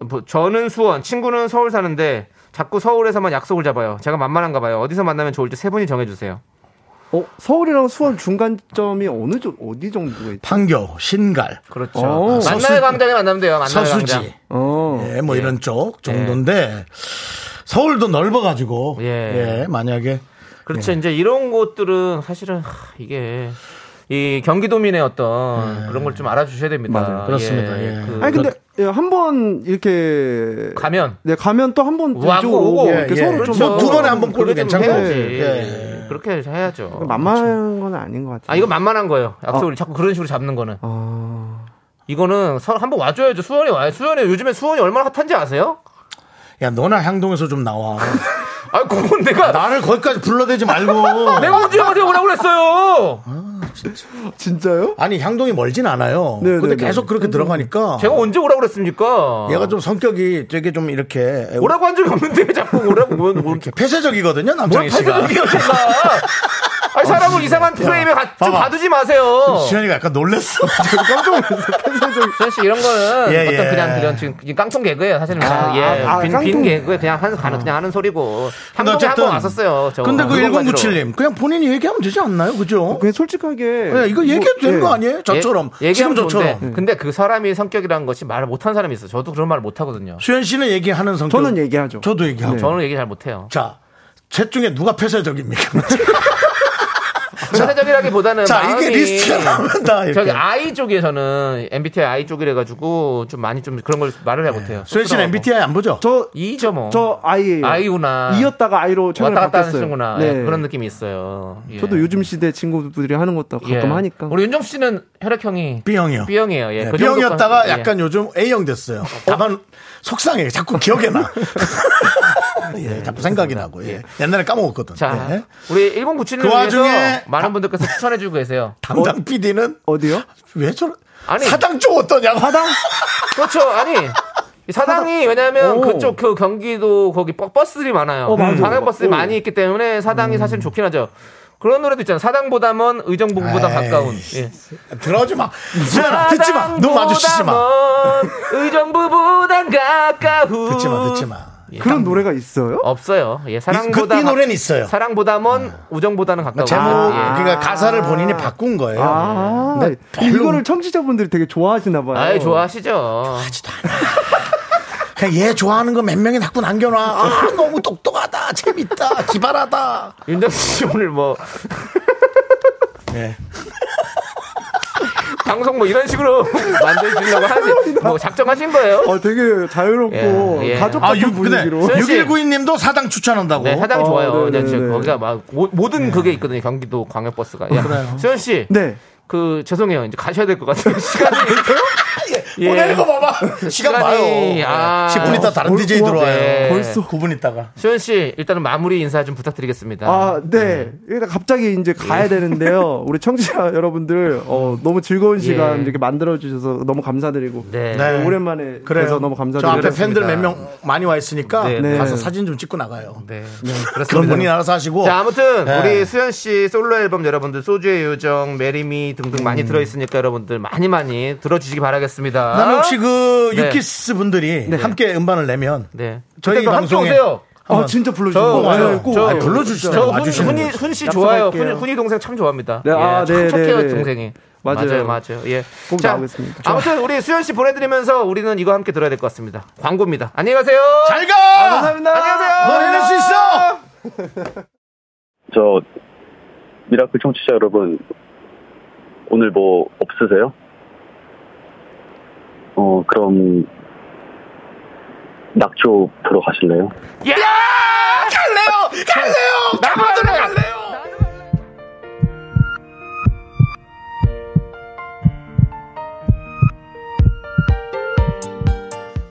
B: 뭐, 저는 수원, 친구는 서울 사는데 자꾸 서울에서만 약속을 잡아요. 제가 만만한가 봐요. 어디서 만나면 좋을지 세 분이 정해 주세요.
D: 어, 서울이랑 수원 중간점이 어느 쪽, 어디 정도가 있죠?
A: 판교, 신갈,
B: 그렇죠.
D: 어.
B: 만나의
A: 서수-
B: 광장에 만나면 돼요. 만나의 광장.
A: 서수지,
D: 어.
A: 예, 뭐 이런 쪽 정도인데 서울도 넓어가지고
B: 예.
A: 예, 만약에
B: 그렇죠. 이제 이런 곳들은 사실은 하, 이게 이 경기도민의 어떤 그런 걸 좀 알아주셔야 됩니다.
D: 맞아요.
A: 그렇습니다. 예.
B: 그-
D: 아니, 근데 한 번 이렇게.
B: 가면
D: 네, 가면 또 한번
B: 와고 뭐 오고 그렇죠.
D: 이렇게
A: 예,
D: 서로
A: 예.
D: 좀.
A: 뭐두 번에 한번 꼴도
B: 그렇게 좀
A: 괜찮고.
B: 해야지.
A: 예.
B: 그렇게 해야죠.
D: 만만한 건 아닌 것 같아요.
B: 아 이거 만만한 거예요. 약속을 자꾸 그런 식으로 잡는 거는.
D: 아.
B: 이거는 서- 한번 와줘야죠. 수원이 와요. 수원이 요즘에 수원이 얼마나 핫한지 아세요?
A: 야 너나 향동에서 좀 나와.
B: 아 그건 내가
A: 나를 거기까지 불러대지 말고.
B: 내가 언제 어디 오라고 그랬어요.
D: 진짜요?
A: 아니 향동이 멀진 않아요.
D: 네,
A: 근데
D: 네, 네.
A: 계속 그렇게 들어가니까
B: 음, 제가 언제 오라고 그랬습니까?
A: 얘가 좀 성격이 되게 좀 이렇게
B: 오라고 한 적이 없는데 왜 자꾸 오라고 뭐, 뭐,
A: 이렇게 폐쇄적이거든요
B: 뭘
A: 남창희 씨가.
B: 팔색이에요 제가. 아니 사람을 이상한 프레임에 가, 좀
A: 봐봐.
B: 가두지 마세요.
A: 수현이가 약간 놀랬어.
B: 수현 씨 이런 거는
A: 예,
B: 어떤
A: 예.
B: 그냥 그냥 지금 이게 깡통 개그예요 사실은 그냥 예,
D: 아,
B: 빈,
D: 깡통.
B: 빈 개그에 어. 그냥 하는 그냥 하는 소리고
A: 근데
B: 한 번에
A: 어쨌든-
B: 한번 왔었어요. 저
A: 근데 그
B: 물건
A: 1097님 그냥 본인이 얘기하면 되지 않나요?
B: 어,
A: 그죠?
D: 그냥 솔직하게.
A: 예, 이거 얘기해도 되는 거 아니에요?
B: 가지러.
A: 저처럼
B: 뭐, 예,
A: 지금
B: 얘기하면
A: 저처럼
B: 좋은데, 근데 그 사람이 성격이라는 것이 말을 못하는 사람이 있어요. 저도 그런 말을 못하거든요.
A: 수현 씨는 얘기하는 성격.
D: 저는 얘기하죠.
A: 저도 얘기하고.
B: 저는 얘기 잘 못해요.
A: 자, 셋 중에 누가 폐쇄적입니까?
B: 회사적이라기보다는
A: 자, 이게
B: 네, 마음이
A: 리스트가 나온다. 이렇게.
B: 저기 아, I 쪽에 저는 MBTI I 쪽이래 가지고 좀 많이 좀 그런 걸 말을 잘 못해요.
A: 수현 씨는 MBTI 안 보죠?
D: 저,
B: 이죠 뭐.
D: 저 아이예요.
B: 아이구나.
D: 이었다가 아이로 최근에
B: 왔다 갔다
D: 바뀌었어요.
B: 하시는구나.
D: 네.
B: 예, 그런 느낌이 있어요. 예.
D: 저도 요즘 시대 친구들이 하는 것도 가끔
B: 예.
D: 하니까.
B: 우리 윤정수 씨는 혈액형이
A: B형이요.
B: B형이에요. 예.
A: 네,
B: 그
A: B형이었다가
B: 정도까지-
A: 약간 요즘 A형 됐어요. 다만 속상해. 자꾸 기억에 나. 예, 자꾸 생각이 나고. 예. 옛날에 까먹었거든.
B: 예. 자,
A: 예.
B: 우리 1097님
A: 그
B: 중에서
A: 와중에
B: 많은 분들께서 추천해 주고 계세요.
A: 담당 PD는
D: 어디요?
A: 왜 저런
B: 뭐- 아니.
A: 사당 쪽 어떠냐고. 사당?
B: 그렇죠. 아니 이 사당이 왜냐하면
D: 오. 어,
B: 그쪽 그 경기도 거기 버- 버스들이 많아요.
D: 맞아.
B: 방역 버스들이
D: 오. 음.
B: 많이 있기 때문에 사당이 사실 좋긴 하죠. 그런 노래도 있잖아요. 사당보다먼 의정부보다
A: 에이.
B: 가까운. 예.
A: 그러지 마. 수연아, 듣지 마. 눈 마주치지 마.
B: 사당보다 먼 의정부보단 가까운.
A: 듣지 마, 듣지 마.
D: 그런 노래가 있어요?
B: 없어요. 예,
A: 이, 그,
B: 사랑보다
A: 이 노래는 있어요.
B: 사랑보다 먼 우정보다는 가까운.
A: 제목,
B: 예.
A: 그러니까 가사를 본인이 바꾼 거예요.
D: 아,
A: 네. 별로-
D: 이거를 청취자분들이 되게 좋아하시나 봐요.
B: 아이 좋아하시죠.
A: 그냥 얘 좋아하는 거 몇 명이 자꾸 남겨놔. 아, 너무 똑똑하다. 재밌다. 기발하다.
B: 윤정수 씨 오늘 뭐
A: 예.
B: 방송 뭐 이런 식으로 만들려고 하시 뭐 작정하신 거예요?
D: 어, 되게 자유롭고
B: 예, 예.
D: 가족
A: 아,
D: 같은
A: 육, 근데
D: 분위기로.
B: 세-
A: 6192님도 사당 추천한다고.
B: 네, 사당이
D: 어,
B: 좋아요.
D: 네네네.
B: 그냥 지금 거기가 막 모- 모든 그게 있거든요. 경기도 광역버스가. 야, 수현 씨.
D: 네.
B: 그 죄송해요. 이제 가셔야 될 것 같아요. 시간이 예.
A: 오늘 아, 이거 봐봐. 시간 봐요. 네.
B: 시간이- 아.
A: 10분 있다 다른
D: 어,
A: DJ
D: 우와,
A: 들어와요.
B: 네. 벌써.
A: 9분 있다가.
B: 수현 씨, 일단은 마무리 인사 좀 부탁드리겠습니다.
D: 아, 네. 일단 갑자기 이제 가야
A: 예.
D: 되는데요. 우리 청취자 여러분들, 어, 너무 즐거운 시간 이렇게 만들어주셔서 너무 감사드리고.
B: 네.
A: 예. 네.
D: 오랜만에
A: 그래요.
D: 그래서 너무
A: 저
D: 감사드리고.
A: 앞에 팬들 몇 명 많이 와 있으니까
B: 네,
D: 네.
A: 가서 사진 좀 찍고 나가요.
B: 네.
A: 그건
B: 그렇습니다.
A: 본인 알아서 하시고.
B: 자, 아무튼
A: 네.
B: 우리 수현 씨 솔로 앨범 여러분들 소주의 요정, 메리미 등등 많이 들어 있으니까 여러분들 많이 많이 들어 주시기 바라겠습니다.
A: 그다음에 혹시 그
B: 네.
A: 유키스 분들이 함께 음반을 내면
B: 네.
A: 저희
B: 그때도 함께
A: 방송에
B: 오세요.
D: 아,
A: 한번
D: 진짜
B: 저,
D: 불러주세요.
A: 와요.
D: 네, 꼭
A: 저-
D: 와요.
A: 아니, 불러주시잖아요.
B: 저 훈,
A: 와주시는
B: 훈이
A: 거죠.
B: 훈씨 좋아요.
D: 약속할게요.
B: 훈이, 훈이 동생 참 좋아합니다. 예,
D: 네, 아,
B: 참
D: 네,
B: 착해요
D: 네, 네.
B: 동생이. 맞아요,
D: 맞아요.
B: 맞아요. 예.
D: 꼭 나오겠습니다.
B: 아무튼 우리 수현 씨 보내드리면서 우리는 이거 함께 들어야 될 것 같습니다. 광고입니다. 안녕히 가세요. 아,
A: 잘 가!
D: 감사합니다.
B: 안녕하세요.
A: 너 이럴 수 있어!
H: 저 미라클 청취자 여러분 오늘 뭐 없으세요? 어 그럼 낙조 보러 가실래요?
B: 야!
A: 갈래요! 갈래요! 나가들어 갈래요!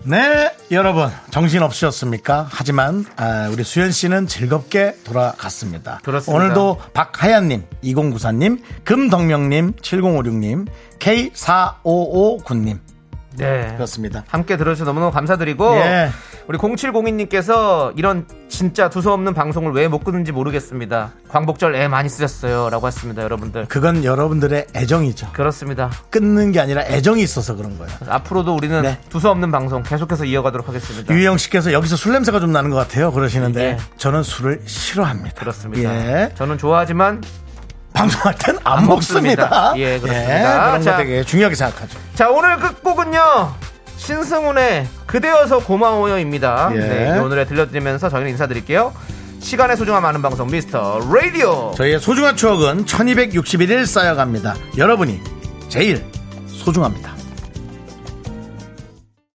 A: 네, 여러분 정신 없으셨습니까? 하지만 아, 우리 수현 씨는 즐겁게 돌아갔습니다.
B: 그렇습니다.
A: 오늘도 박하연님, 2094님, 금덕명님, 7056님, K4559님
B: 네.
A: 그렇습니다.
B: 함께 들어주셔서 너무너무 감사드리고
A: 예.
B: 우리 0702님께서 이런 진짜 두서없는 방송을 왜 못 끊는지 모르겠습니다. 광복절 애 많이 쓰셨어요. 라고 했습니다. 여러분들.
A: 그건 여러분들의 애정이죠.
B: 그렇습니다.
A: 끊는 게 아니라 애정이 있어서 그런 거예요.
B: 앞으로도 우리는
A: 네. 예.
B: 두서없는 방송 계속해서 이어가도록 하겠습니다.
A: 유희영 씨께서 여기서 술 냄새가 좀 나는 것 같아요. 그러시는데
B: 예.
A: 저는 술을 싫어합니다.
B: 그렇습니다.
A: 예.
B: 저는 좋아하지만
A: 방송할 땐 안
B: 안
A: 먹습니다.
B: 먹습니다. 예, 그렇습니다.
A: 그런 거
B: 자.
A: 되게 중요하게 생각하죠.
B: 자 오늘 끝곡은요 신승훈의 그대여서 고마워요입니다.
A: 예.
B: 네, 이 오늘에 들려드리면서 저희는 인사드릴게요. 시간의 소중함 아는 방송 미스터 라디오.
A: 저희의 소중한 추억은 1261일 쌓여갑니다. 여러분이 제일 소중합니다.